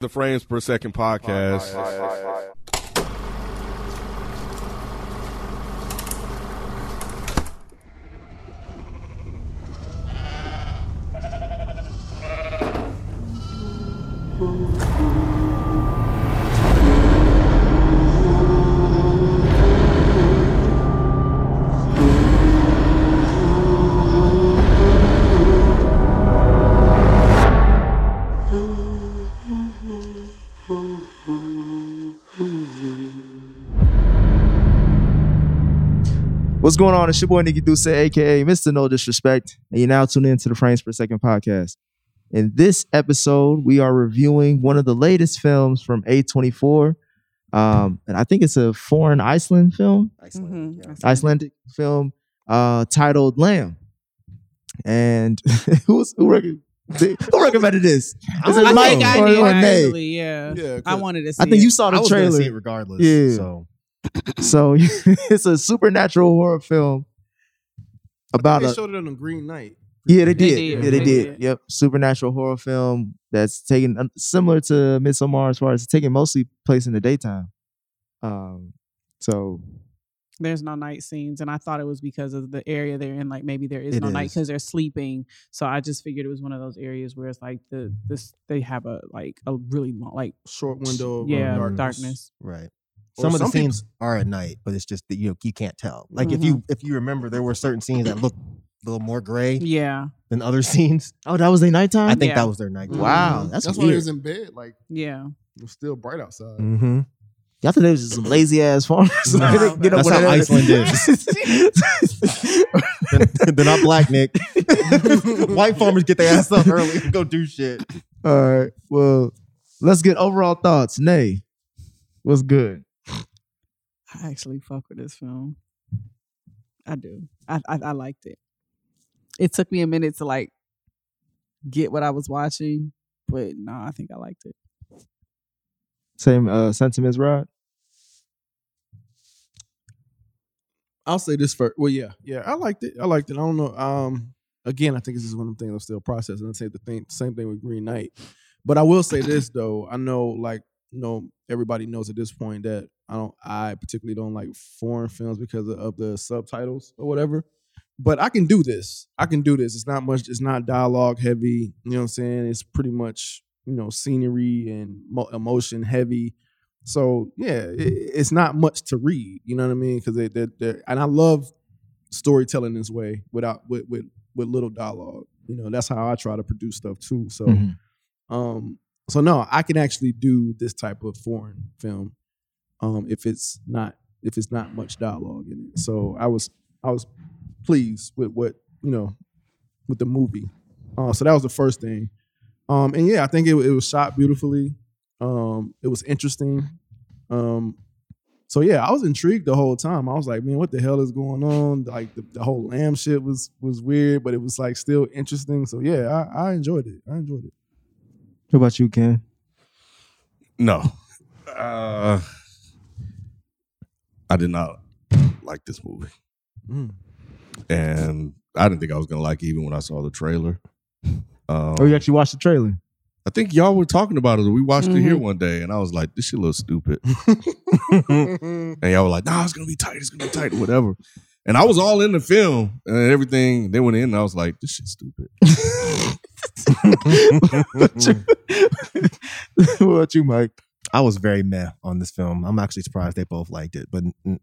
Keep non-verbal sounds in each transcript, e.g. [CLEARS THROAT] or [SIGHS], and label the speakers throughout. Speaker 1: the Frames Per Second podcast.
Speaker 2: What's going on? It's your boy Nikki Duce, aka Mr. No Disrespect, and you're now tuned in to the Frames Per Second podcast. In this episode, we are reviewing one of the latest films from A24, um, and I think it's a foreign Iceland film,
Speaker 3: Iceland,
Speaker 4: Mhm.
Speaker 2: Icelandic film uh, titled "Lamb." And [LAUGHS] who's who, rec- who recommended this? Is it
Speaker 4: I
Speaker 2: Mike
Speaker 4: think I
Speaker 2: or,
Speaker 4: did,
Speaker 2: or Nate?
Speaker 4: actually, yeah.
Speaker 3: Yeah,
Speaker 4: I wanted to see
Speaker 2: I think you
Speaker 4: it.
Speaker 2: saw
Speaker 3: I
Speaker 2: the
Speaker 3: was gonna
Speaker 2: trailer.
Speaker 3: see it regardless.
Speaker 2: Yeah.
Speaker 3: So
Speaker 2: So [LAUGHS] it's a supernatural horror film about a,
Speaker 3: showed it on a Green Knight.
Speaker 2: Yeah, they
Speaker 4: They
Speaker 2: did.
Speaker 4: did.
Speaker 2: Yeah, they,
Speaker 4: They
Speaker 2: did.
Speaker 4: did.
Speaker 2: Yep. Supernatural horror film that's taken uh, similar to Midsommar as far as it's taking mostly place in the daytime. Um, so
Speaker 4: there's no night scenes, and I thought it was because of the area they're in. Like maybe there is
Speaker 2: It
Speaker 4: no night
Speaker 2: is.
Speaker 4: because they're sleeping. So I just figured it was one of those areas where it's like the this they have a like a really long like
Speaker 3: Short window. of uh,
Speaker 4: yeah
Speaker 3: darkness.
Speaker 4: darkness.
Speaker 5: Right.
Speaker 3: Or
Speaker 5: some of the
Speaker 3: some people-
Speaker 5: scenes are at night, but it's just that you you can't tell. Like
Speaker 2: Mm-hmm.
Speaker 5: if you if you remember, there were certain scenes that looked a little more gray
Speaker 4: Yeah,
Speaker 5: than other [LAUGHS] scenes.
Speaker 2: oh, that was their nighttime.
Speaker 5: I think
Speaker 4: Yeah.
Speaker 5: that was their night.
Speaker 2: wow, that's,
Speaker 3: That's, why
Speaker 2: weird.
Speaker 3: he was in bed. Like
Speaker 4: yeah.
Speaker 3: it was still bright outside.
Speaker 1: Mm,
Speaker 5: Mm-hmm.
Speaker 2: Y'all thought they was just some lazy ass farmers. [LAUGHS] Like, they get up
Speaker 5: That's
Speaker 2: when
Speaker 5: how
Speaker 2: they-
Speaker 5: Iceland
Speaker 2: [LAUGHS]
Speaker 5: They're not black, Nick. [LAUGHS] White farmers get their ass
Speaker 2: [LAUGHS]
Speaker 5: up early and go do shit.
Speaker 2: All right. Well, let's get overall thoughts. Nay, what's good?
Speaker 4: I actually fuck with this film. I do. I, I I liked it. It took me a minute to like get what I was watching, but no, I think I liked it.
Speaker 2: Same uh, sentiments, Rod.
Speaker 3: I'll say this first. Well, yeah, yeah, I liked it. I liked it. I don't know. Um, again, I think this is one of the things I'm still processing. I say the thing, same thing with Green Knight, but I will say this though. I know, like, you know, everybody knows at this point that I don't. I particularly don't like foreign films because of, of the subtitles or whatever. But I can do this. I can do this. It's not much. It's not dialogue heavy. You know what I'm saying? It's pretty much you know scenery and mo- emotion heavy. So yeah, it, it's not much to read. You know what I mean? Because they, they, they, and I love storytelling this way without with with with little dialogue. You know, that's how I try to produce stuff too. So,
Speaker 5: Mm-hmm.
Speaker 2: Mhm.
Speaker 3: um, so no, I can actually do this type of foreign film, um, if it's not if it's not much dialogue in it. So I was I was pleased with what you know with the movie. Uh, so that was the first thing. Um, and yeah, I think it, it was shot beautifully. Um, it was interesting. Um, so yeah, I was intrigued the whole time. I was like, man, what the hell is going on? Like the, the whole lamb shit was was weird, but it was like still interesting. So yeah, I, I enjoyed it. I enjoyed it.
Speaker 2: What about you, Ken?
Speaker 1: No. Uh, I did not like this movie. And I didn't think I was going to like it even when I saw
Speaker 3: [LAUGHS]
Speaker 1: the trailer. Um,
Speaker 2: Oh, you actually watched the
Speaker 5: [LAUGHS]
Speaker 2: trailer?
Speaker 1: I think y'all were talking about it. We watched it here one day, and I was like, this shit
Speaker 3: [LAUGHS]
Speaker 1: looks stupid. [LAUGHS] and y'all were like, nah, it's going to be tight. It's going to be tight, whatever. And I was all in the film and everything. They went in, and I was like, this shit's stupid.
Speaker 2: what about you, Mike?
Speaker 5: I was very meh on this film. I'm actually surprised they both liked it, but mm.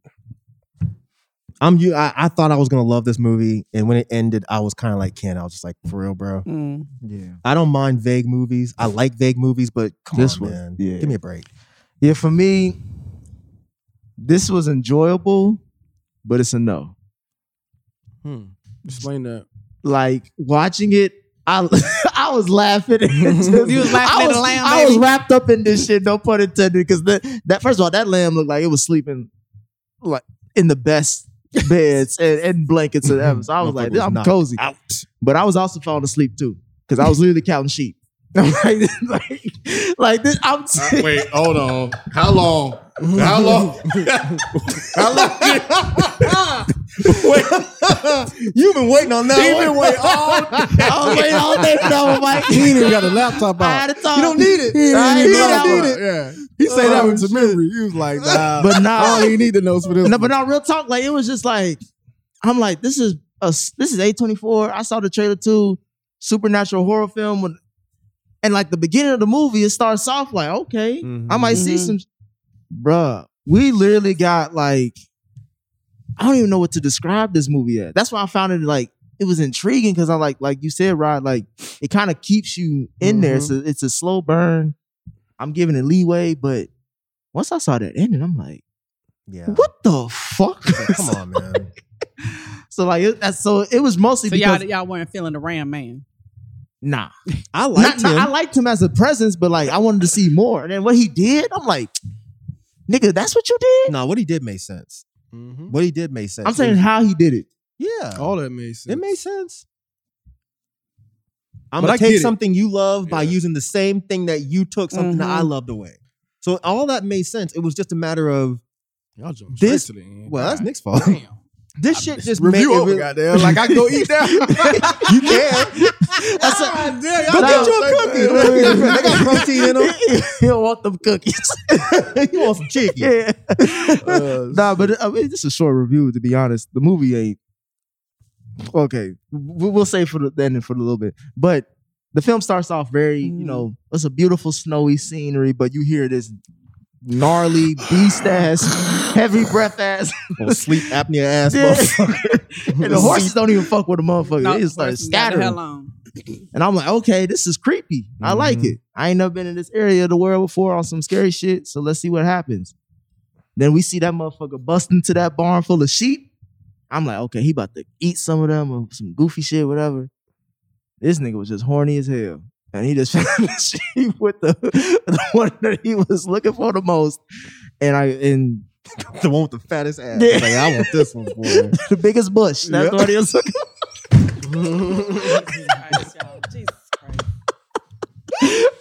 Speaker 5: I'm you. I, I thought I was gonna love this movie, and when it ended, I was kind of like Ken. I was just like, for real, bro.
Speaker 4: Mm.
Speaker 2: Yeah.
Speaker 5: I don't mind vague movies. I like vague movies, but come
Speaker 2: This
Speaker 5: on,
Speaker 2: one,
Speaker 5: man.
Speaker 2: yeah.
Speaker 5: Give me a break.
Speaker 2: Yeah, for me, this was enjoyable, but it's a no.
Speaker 3: Explain that.
Speaker 2: Like watching it, I [LAUGHS] I I was laughing. [LAUGHS] and just-
Speaker 4: You was laughing
Speaker 2: I
Speaker 4: at
Speaker 2: was,
Speaker 4: the lamb,
Speaker 2: I was
Speaker 4: baby.
Speaker 2: wrapped up in this shit. No pun intended. Because that, that first of all, that lamb looked like it was sleeping like in the best beds and, and blankets and ever. So I was
Speaker 5: Motherfucker
Speaker 2: like,
Speaker 5: was
Speaker 2: I'm
Speaker 5: knocked
Speaker 2: cozy.
Speaker 5: Out.
Speaker 2: But I was also falling asleep too because I was literally counting sheep. [LAUGHS] I'm like, like, like this. I'm
Speaker 1: Uh, wait, hold on. How long? How long? [LAUGHS] How long? Did, [LAUGHS] wait,
Speaker 5: You've been waiting on that.
Speaker 1: even
Speaker 5: one.
Speaker 1: wait all
Speaker 2: I was waiting all day for that one, Mike.
Speaker 3: He ain't even
Speaker 2: [LAUGHS]
Speaker 3: got a laptop
Speaker 2: I had
Speaker 3: out.
Speaker 2: to talk.
Speaker 5: You don't need it.
Speaker 3: He
Speaker 2: I ain't
Speaker 3: ain't even
Speaker 2: need
Speaker 3: got
Speaker 2: that
Speaker 3: a
Speaker 2: one.
Speaker 3: laptop. Yeah, he say
Speaker 2: Oh,
Speaker 3: that one to memory. He was like, nah,
Speaker 2: But nah,
Speaker 3: I don't even need the notes for this.
Speaker 2: No, but no, real talk. Like it was just like I'm like this is a this is A24. I saw the trailer to supernatural horror film when, and like the beginning of the movie, it starts off like okay, I might see
Speaker 4: Mhm.
Speaker 2: some, bruh. We literally got like I don't even know what to describe this movie at. That's why I found it like it was intriguing because I like like you said, Rod. Like it kind of keeps you in there.
Speaker 3: Mhm.
Speaker 2: It's a, it's a slow burn. I'm giving it leeway, but once I saw that ending, I'm like.
Speaker 5: Yeah.
Speaker 2: What the fuck?
Speaker 5: Like, come on, man.
Speaker 2: [LAUGHS] so like it, that's so it was mostly
Speaker 4: So y'all
Speaker 2: because
Speaker 4: y'all weren't feeling the Ram Man.
Speaker 2: nah,
Speaker 5: I
Speaker 2: Not-
Speaker 5: liked
Speaker 2: not-
Speaker 5: him.
Speaker 2: I liked him as a presence, but like I wanted to see more. And then what he did, I'm like, nigga, that's what you did.
Speaker 5: no, what he did made sense.
Speaker 3: Mhm.
Speaker 5: What he did made sense.
Speaker 2: I'm saying how he [LAUGHS] did it.
Speaker 5: yeah,
Speaker 3: all that made sense.
Speaker 5: it made sense. I'm
Speaker 3: But
Speaker 5: gonna
Speaker 3: I
Speaker 5: take
Speaker 3: get it.
Speaker 5: something you love by
Speaker 3: Yeah. Mm-hmm.
Speaker 5: using the same thing that you took something that I
Speaker 4: Mhm.
Speaker 5: loved away. So all that made sense. It was just a matter of
Speaker 3: Y'all jumped
Speaker 5: This-
Speaker 3: straight to the end.
Speaker 5: well, that's
Speaker 3: God
Speaker 5: Nick's fault.
Speaker 3: Damn.
Speaker 5: This shit just
Speaker 3: Review
Speaker 5: made it
Speaker 3: over,
Speaker 5: really-
Speaker 3: goddamn. Like I can go eat now.
Speaker 5: [LAUGHS] you can.
Speaker 2: That's a,
Speaker 3: God Ah, damn,
Speaker 5: Go
Speaker 3: y'all
Speaker 2: Nah,
Speaker 5: get
Speaker 3: jumped
Speaker 5: you a
Speaker 3: straight
Speaker 5: cookie.
Speaker 3: to the end.
Speaker 5: they got protein in them.
Speaker 2: he don't want them cookies.
Speaker 5: [LAUGHS] you want some chicken?
Speaker 2: yeah.
Speaker 3: Uh,
Speaker 2: nah, but I mean, this is a short review. To be honest, the movie ain't okay. we- We'll say for the ending for a little bit, but the film starts off very,
Speaker 4: Mm.
Speaker 2: you know, it's a beautiful snowy scenery, but you hear this gnarly beast
Speaker 4: [SIGHS]
Speaker 2: ass, heavy breath ass,
Speaker 5: Little sleep apnea ass.
Speaker 2: Yeah.
Speaker 5: motherfucker.
Speaker 2: and the horses don't even fuck with the motherfucker.
Speaker 4: No,
Speaker 2: they just start
Speaker 4: horses got the
Speaker 2: scattering.
Speaker 4: hell on.
Speaker 2: And I'm like, okay, this is creepy. I like
Speaker 5: Mhm.
Speaker 2: it. I ain't never been in this area of the world before on some scary shit. So let's see what happens. Then we see that motherfucker bust into that barn full of sheep. I'm like, okay, he about to eat some of them or some goofy shit, whatever. This nigga was just horny as hell. And he just [LAUGHS] found the sheep with the, [LAUGHS] the one that he was looking for the most. And I and
Speaker 5: [LAUGHS] the one with the fattest ass.
Speaker 2: Yeah.
Speaker 5: Like, I want this one, boy.
Speaker 2: [LAUGHS] the biggest bush. That's
Speaker 3: Yep.
Speaker 2: what he was looking
Speaker 4: Jesus Christ, y'all. Jesus Christ.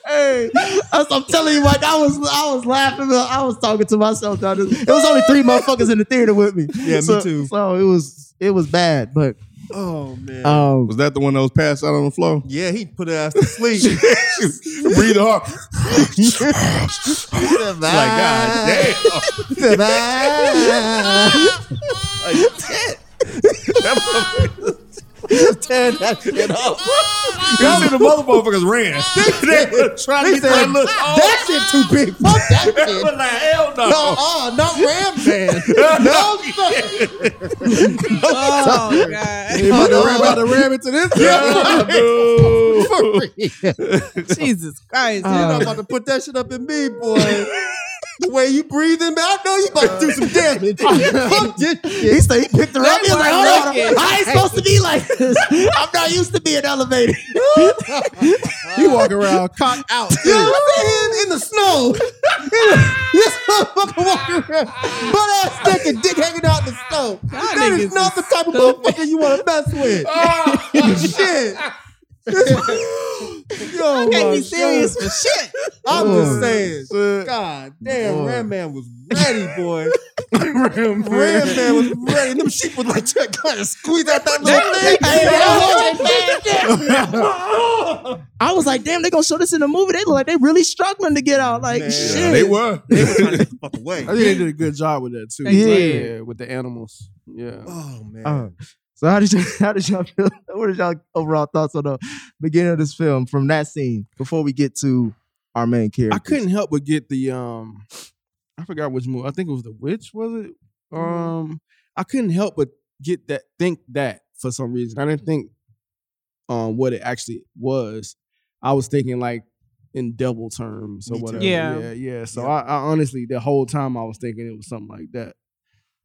Speaker 2: Hey, I am telling you, Mike, I was I was laughing. but I was talking to myself. Down there. It was only three motherfuckers in the theater with me.
Speaker 5: Yeah, me
Speaker 2: So-
Speaker 5: too.
Speaker 2: So it was it was bad, but
Speaker 5: Oh man.
Speaker 2: um,
Speaker 1: Was that the one that was passed out on the floor?
Speaker 5: yeah, he put her ass to sleep. [LAUGHS]
Speaker 1: Breathe hard.
Speaker 5: like
Speaker 1: Like, God
Speaker 5: [LAUGHS]
Speaker 1: damn.
Speaker 5: Tear that shit off.
Speaker 1: Y'all see the mother
Speaker 5: [LAUGHS]
Speaker 1: motherfuckers ran. they were trying to get
Speaker 5: said,
Speaker 1: that little.
Speaker 5: That shit too big. Fuck that
Speaker 1: [LAUGHS] They were
Speaker 5: shit.
Speaker 1: like, hell no.
Speaker 5: No, uh, not
Speaker 1: [LAUGHS]
Speaker 5: Ram Man.
Speaker 1: no.
Speaker 4: Oh God.
Speaker 3: About to ram, about to ram into this.
Speaker 1: [LAUGHS] Yeah, boo.
Speaker 5: [LAUGHS]
Speaker 4: Jesus Christ.
Speaker 2: Uh,
Speaker 4: you
Speaker 5: I'm
Speaker 4: know,
Speaker 5: about to put that shit up in me, boy. The way you breathing, man, I know you about
Speaker 2: [LAUGHS]
Speaker 5: to do some damage. Fuck this
Speaker 2: he
Speaker 5: shit.
Speaker 2: said he picked her up. He was like, hold on, I ain't supposed to be like this. I'm not used to being elevated.
Speaker 3: He walk around cock out.
Speaker 5: You know what I'm saying? In the snow. [LAUGHS] this motherfucker walking around, butt ass naked, dick hanging out in the snow. that
Speaker 4: niggas
Speaker 5: is not the type of motherfucker you want to mess with. shit. Yo,
Speaker 4: I can't
Speaker 5: my
Speaker 4: be serious
Speaker 5: God.
Speaker 4: for shit.
Speaker 5: I'm
Speaker 2: Oh,
Speaker 5: just saying.
Speaker 1: shit.
Speaker 5: God damn,
Speaker 2: Boy.
Speaker 5: Ram Man was ready, [LAUGHS] boy. Ram Man was ready. Them sheep was like, trying to squeeze out that little thing. [LAUGHS]
Speaker 2: I was like, damn, they gonna show this in the movie. They look like they really struggling to get out. Like
Speaker 5: Man.
Speaker 2: shit.
Speaker 1: Yeah, they were.
Speaker 5: They were trying to get the fuck away.
Speaker 3: I think [LAUGHS] they did a good job with that too.
Speaker 4: They
Speaker 2: did.
Speaker 3: yeah, with the animals. Yeah.
Speaker 5: Oh man.
Speaker 2: Uh, so how did you [LAUGHS] how did y'all feel? What are y'all overall thoughts on the beginning of this film from that scene before we get to our main character?
Speaker 3: I couldn't help but get the um I forgot which movie. I think it was The Witch, was it?
Speaker 5: Mm-hmm.
Speaker 3: Um I couldn't help but get that think that for some reason. I didn't think um what it actually was. I was thinking like in devil terms or
Speaker 5: Me too.
Speaker 3: whatever.
Speaker 4: Yeah.
Speaker 3: yeah. yeah. So I, I honestly the whole time I was thinking it was something like that.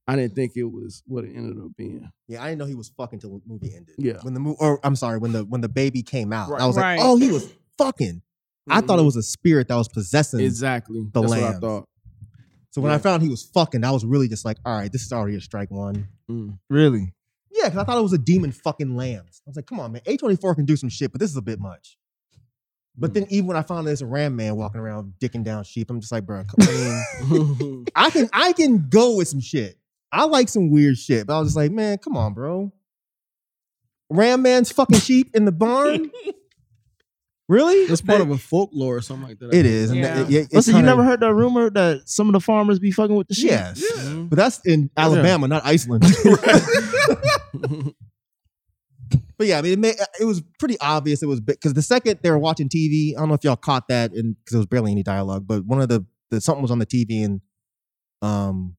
Speaker 3: I didn't think it was what it ended up being.
Speaker 5: Yeah, I didn't know he was fucking till the movie ended.
Speaker 3: Yeah.
Speaker 5: When the movie, or I'm sorry, when the when the baby came out,
Speaker 3: Right.
Speaker 5: I was
Speaker 4: Right.
Speaker 5: like, oh, he was fucking. I thought it was a spirit that was possessing.
Speaker 3: exactly
Speaker 5: the
Speaker 3: That's what I
Speaker 5: lambs.
Speaker 3: thought.
Speaker 5: so when I
Speaker 3: yeah.
Speaker 5: found he was fucking, I was really just like, all right, this is already a strike one.
Speaker 3: Mm.
Speaker 2: Really?
Speaker 5: Yeah, because I thought it was a demon fucking lambs. I was like, come on, man, A24 can do some shit, but this is a bit much. But
Speaker 3: Mm.
Speaker 5: then even when I found this ram man walking around dicking down sheep, I'm just like, bro, I mean, [LAUGHS] I can I can go with some shit. I like some weird shit, but I was just like, man, come on, bro. Ram man's fucking sheep in the
Speaker 3: [LAUGHS]
Speaker 5: barn. really?
Speaker 3: it's part of a folklore or something like that. I
Speaker 5: It
Speaker 3: think.
Speaker 5: is. and
Speaker 4: Yeah.
Speaker 5: it- it- it's
Speaker 2: Listen, you
Speaker 5: kinda-
Speaker 2: never heard that rumor that some of the farmers be fucking with the shit?
Speaker 5: Yes.
Speaker 3: Mhm.
Speaker 5: But that's in Alabama, not
Speaker 3: [LAUGHS]
Speaker 5: Iceland. [LAUGHS] But yeah, I mean, it, made, it was pretty obvious. It was because the second they were watching TV, I don't know if y'all caught that, and because there was barely any dialogue. But one of the, the something was on the TV, and um,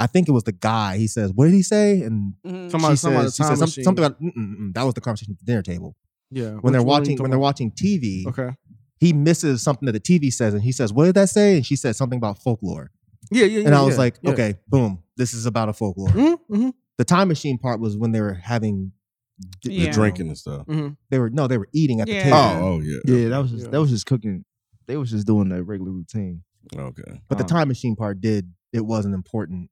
Speaker 5: I think it was the guy. He says, "What did he say?" And
Speaker 4: Mhm.
Speaker 3: Some- Somebody-
Speaker 5: she
Speaker 3: somebody
Speaker 5: says, she
Speaker 3: time
Speaker 5: says some-
Speaker 3: machine.
Speaker 5: something about mm, mm, mm. that was the conversation at the dinner table
Speaker 3: yeah.
Speaker 5: when they're
Speaker 3: Which one are you
Speaker 5: watching when they're
Speaker 3: talking
Speaker 5: watching TV.
Speaker 3: about? Okay.
Speaker 5: He misses something that the TV says, and he says, "What did that say?" And she said something about folklore,
Speaker 3: Yeah, yeah, yeah.
Speaker 5: and I was
Speaker 3: yeah,
Speaker 5: like,
Speaker 3: yeah.
Speaker 5: "Okay, boom, this is about a folklore."
Speaker 3: Mhm, mhm,
Speaker 5: The time machine part was when they were having d-
Speaker 4: Yeah.
Speaker 1: The drinking and stuff.
Speaker 3: mhm.
Speaker 5: They were no, they were eating at
Speaker 4: Yeah.
Speaker 5: the table.
Speaker 1: Oh, oh yeah.
Speaker 2: Yeah, that was just
Speaker 3: Yeah.
Speaker 2: that was just cooking. They was just doing their regular routine.
Speaker 1: Okay.
Speaker 5: But the
Speaker 2: Uh,
Speaker 5: time machine part did. It wasn't important.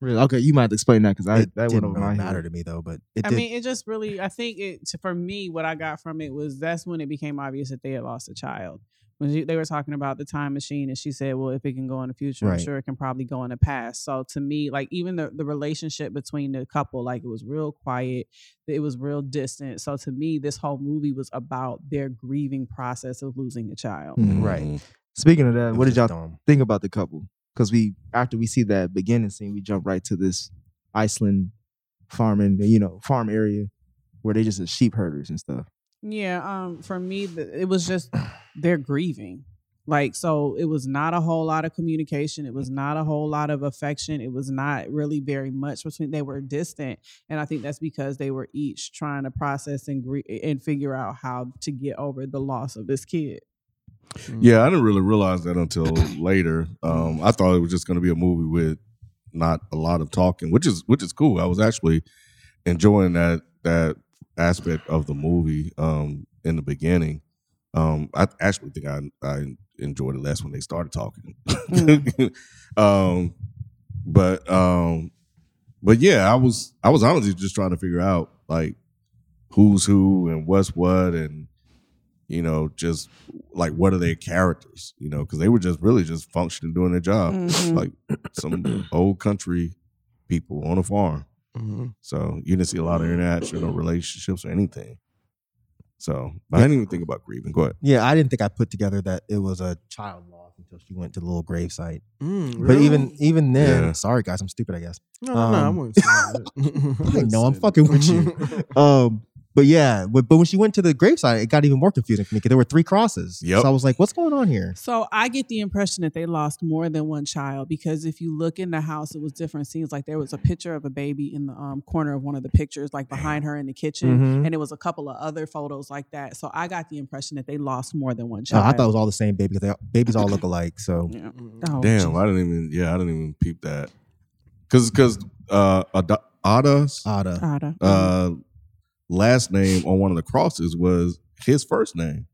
Speaker 2: Really? Okay, you might have to explain that because I
Speaker 5: it
Speaker 2: that went
Speaker 5: didn't
Speaker 2: over
Speaker 5: really
Speaker 2: my
Speaker 5: matter
Speaker 2: head.
Speaker 5: to me though. But it
Speaker 4: I
Speaker 5: did.
Speaker 4: mean, it just really, I think it, to- for me, what I got from it was that's when it became obvious that they had lost a child. When she, they were talking about the time machine, and she said, Well, if it can go in the future, I'm
Speaker 5: Right.
Speaker 4: sure it can probably go in the past. So to me, like, even the, the relationship between the couple, like, it was real quiet, it was real distant. So to me, this whole movie was about their grieving process of losing a child.
Speaker 2: Mhm.
Speaker 5: Right.
Speaker 2: Speaking of that, what did y'all
Speaker 5: Dumb.
Speaker 2: think about the couple? Because we after we see that beginning scene, we jump right to this Iceland farming, you know, farm area where they just are sheep herders and stuff.
Speaker 4: Yeah, um, for me, th- it was just they're grieving. Like, so it was not a whole lot of communication. It was not a whole lot of affection. It was not really very much between. They were distant, and I think that's because they were each trying to process and grie- and figure out how to get over the loss of this kid.
Speaker 1: Yeah, I didn't really realize that until later. Um, I thought it was just going to be a movie with not a lot of talking, which is which is cool. I was actually enjoying that that aspect of the movie um, in the beginning. Um, I actually think I I enjoyed it less when they started talking. [LAUGHS] um, but um, but yeah, I was I was honestly just trying to figure out like who's who and what's what and you know just like what are their characters you know because they were just really just functioning doing their job
Speaker 5: Mm.
Speaker 4: Mhm.
Speaker 1: like some old country people on a farm
Speaker 3: Mhm.
Speaker 1: so you didn't see a lot of interaction or relationships or anything so but i didn't even think about grieving go ahead
Speaker 5: Yeah, I didn't think I put together that it was a child loss until she went to the little gravesite.
Speaker 3: Mm,
Speaker 5: But
Speaker 3: really?
Speaker 5: even even then,
Speaker 1: Yeah.
Speaker 5: sorry guys, I'm stupid. I guess.
Speaker 3: no, no, no, I
Speaker 5: um,
Speaker 3: wouldn't say that.
Speaker 5: [LAUGHS]
Speaker 3: [LAUGHS]
Speaker 5: I know I'm
Speaker 3: Say that.
Speaker 5: fucking with
Speaker 3: [LAUGHS]
Speaker 5: you. Um, but yeah, but, but when she went to the gravesite, it got even more confusing for me because there were three crosses.
Speaker 1: Yep.
Speaker 5: So I was like, what's going on here?
Speaker 4: So I get the impression that they lost more than one child because if you look in the house, it was different scenes. Like there was a picture of a baby in the um, corner of one of the pictures, like behind her in the kitchen,
Speaker 5: Mhm.
Speaker 4: and it was a couple of other photos like that. So I got the impression that they lost more than one
Speaker 5: Uh,
Speaker 4: child.
Speaker 5: I thought it was all the same baby because they- babies all look alike. So
Speaker 4: Yeah.
Speaker 3: Mm.
Speaker 4: Oh,
Speaker 1: damn
Speaker 4: Jesus.
Speaker 1: i didn't even yeah i didn't even peep that because because uh Ada- ada's
Speaker 5: Ada.
Speaker 4: Outta.
Speaker 1: uh last name on one of the crosses was his first name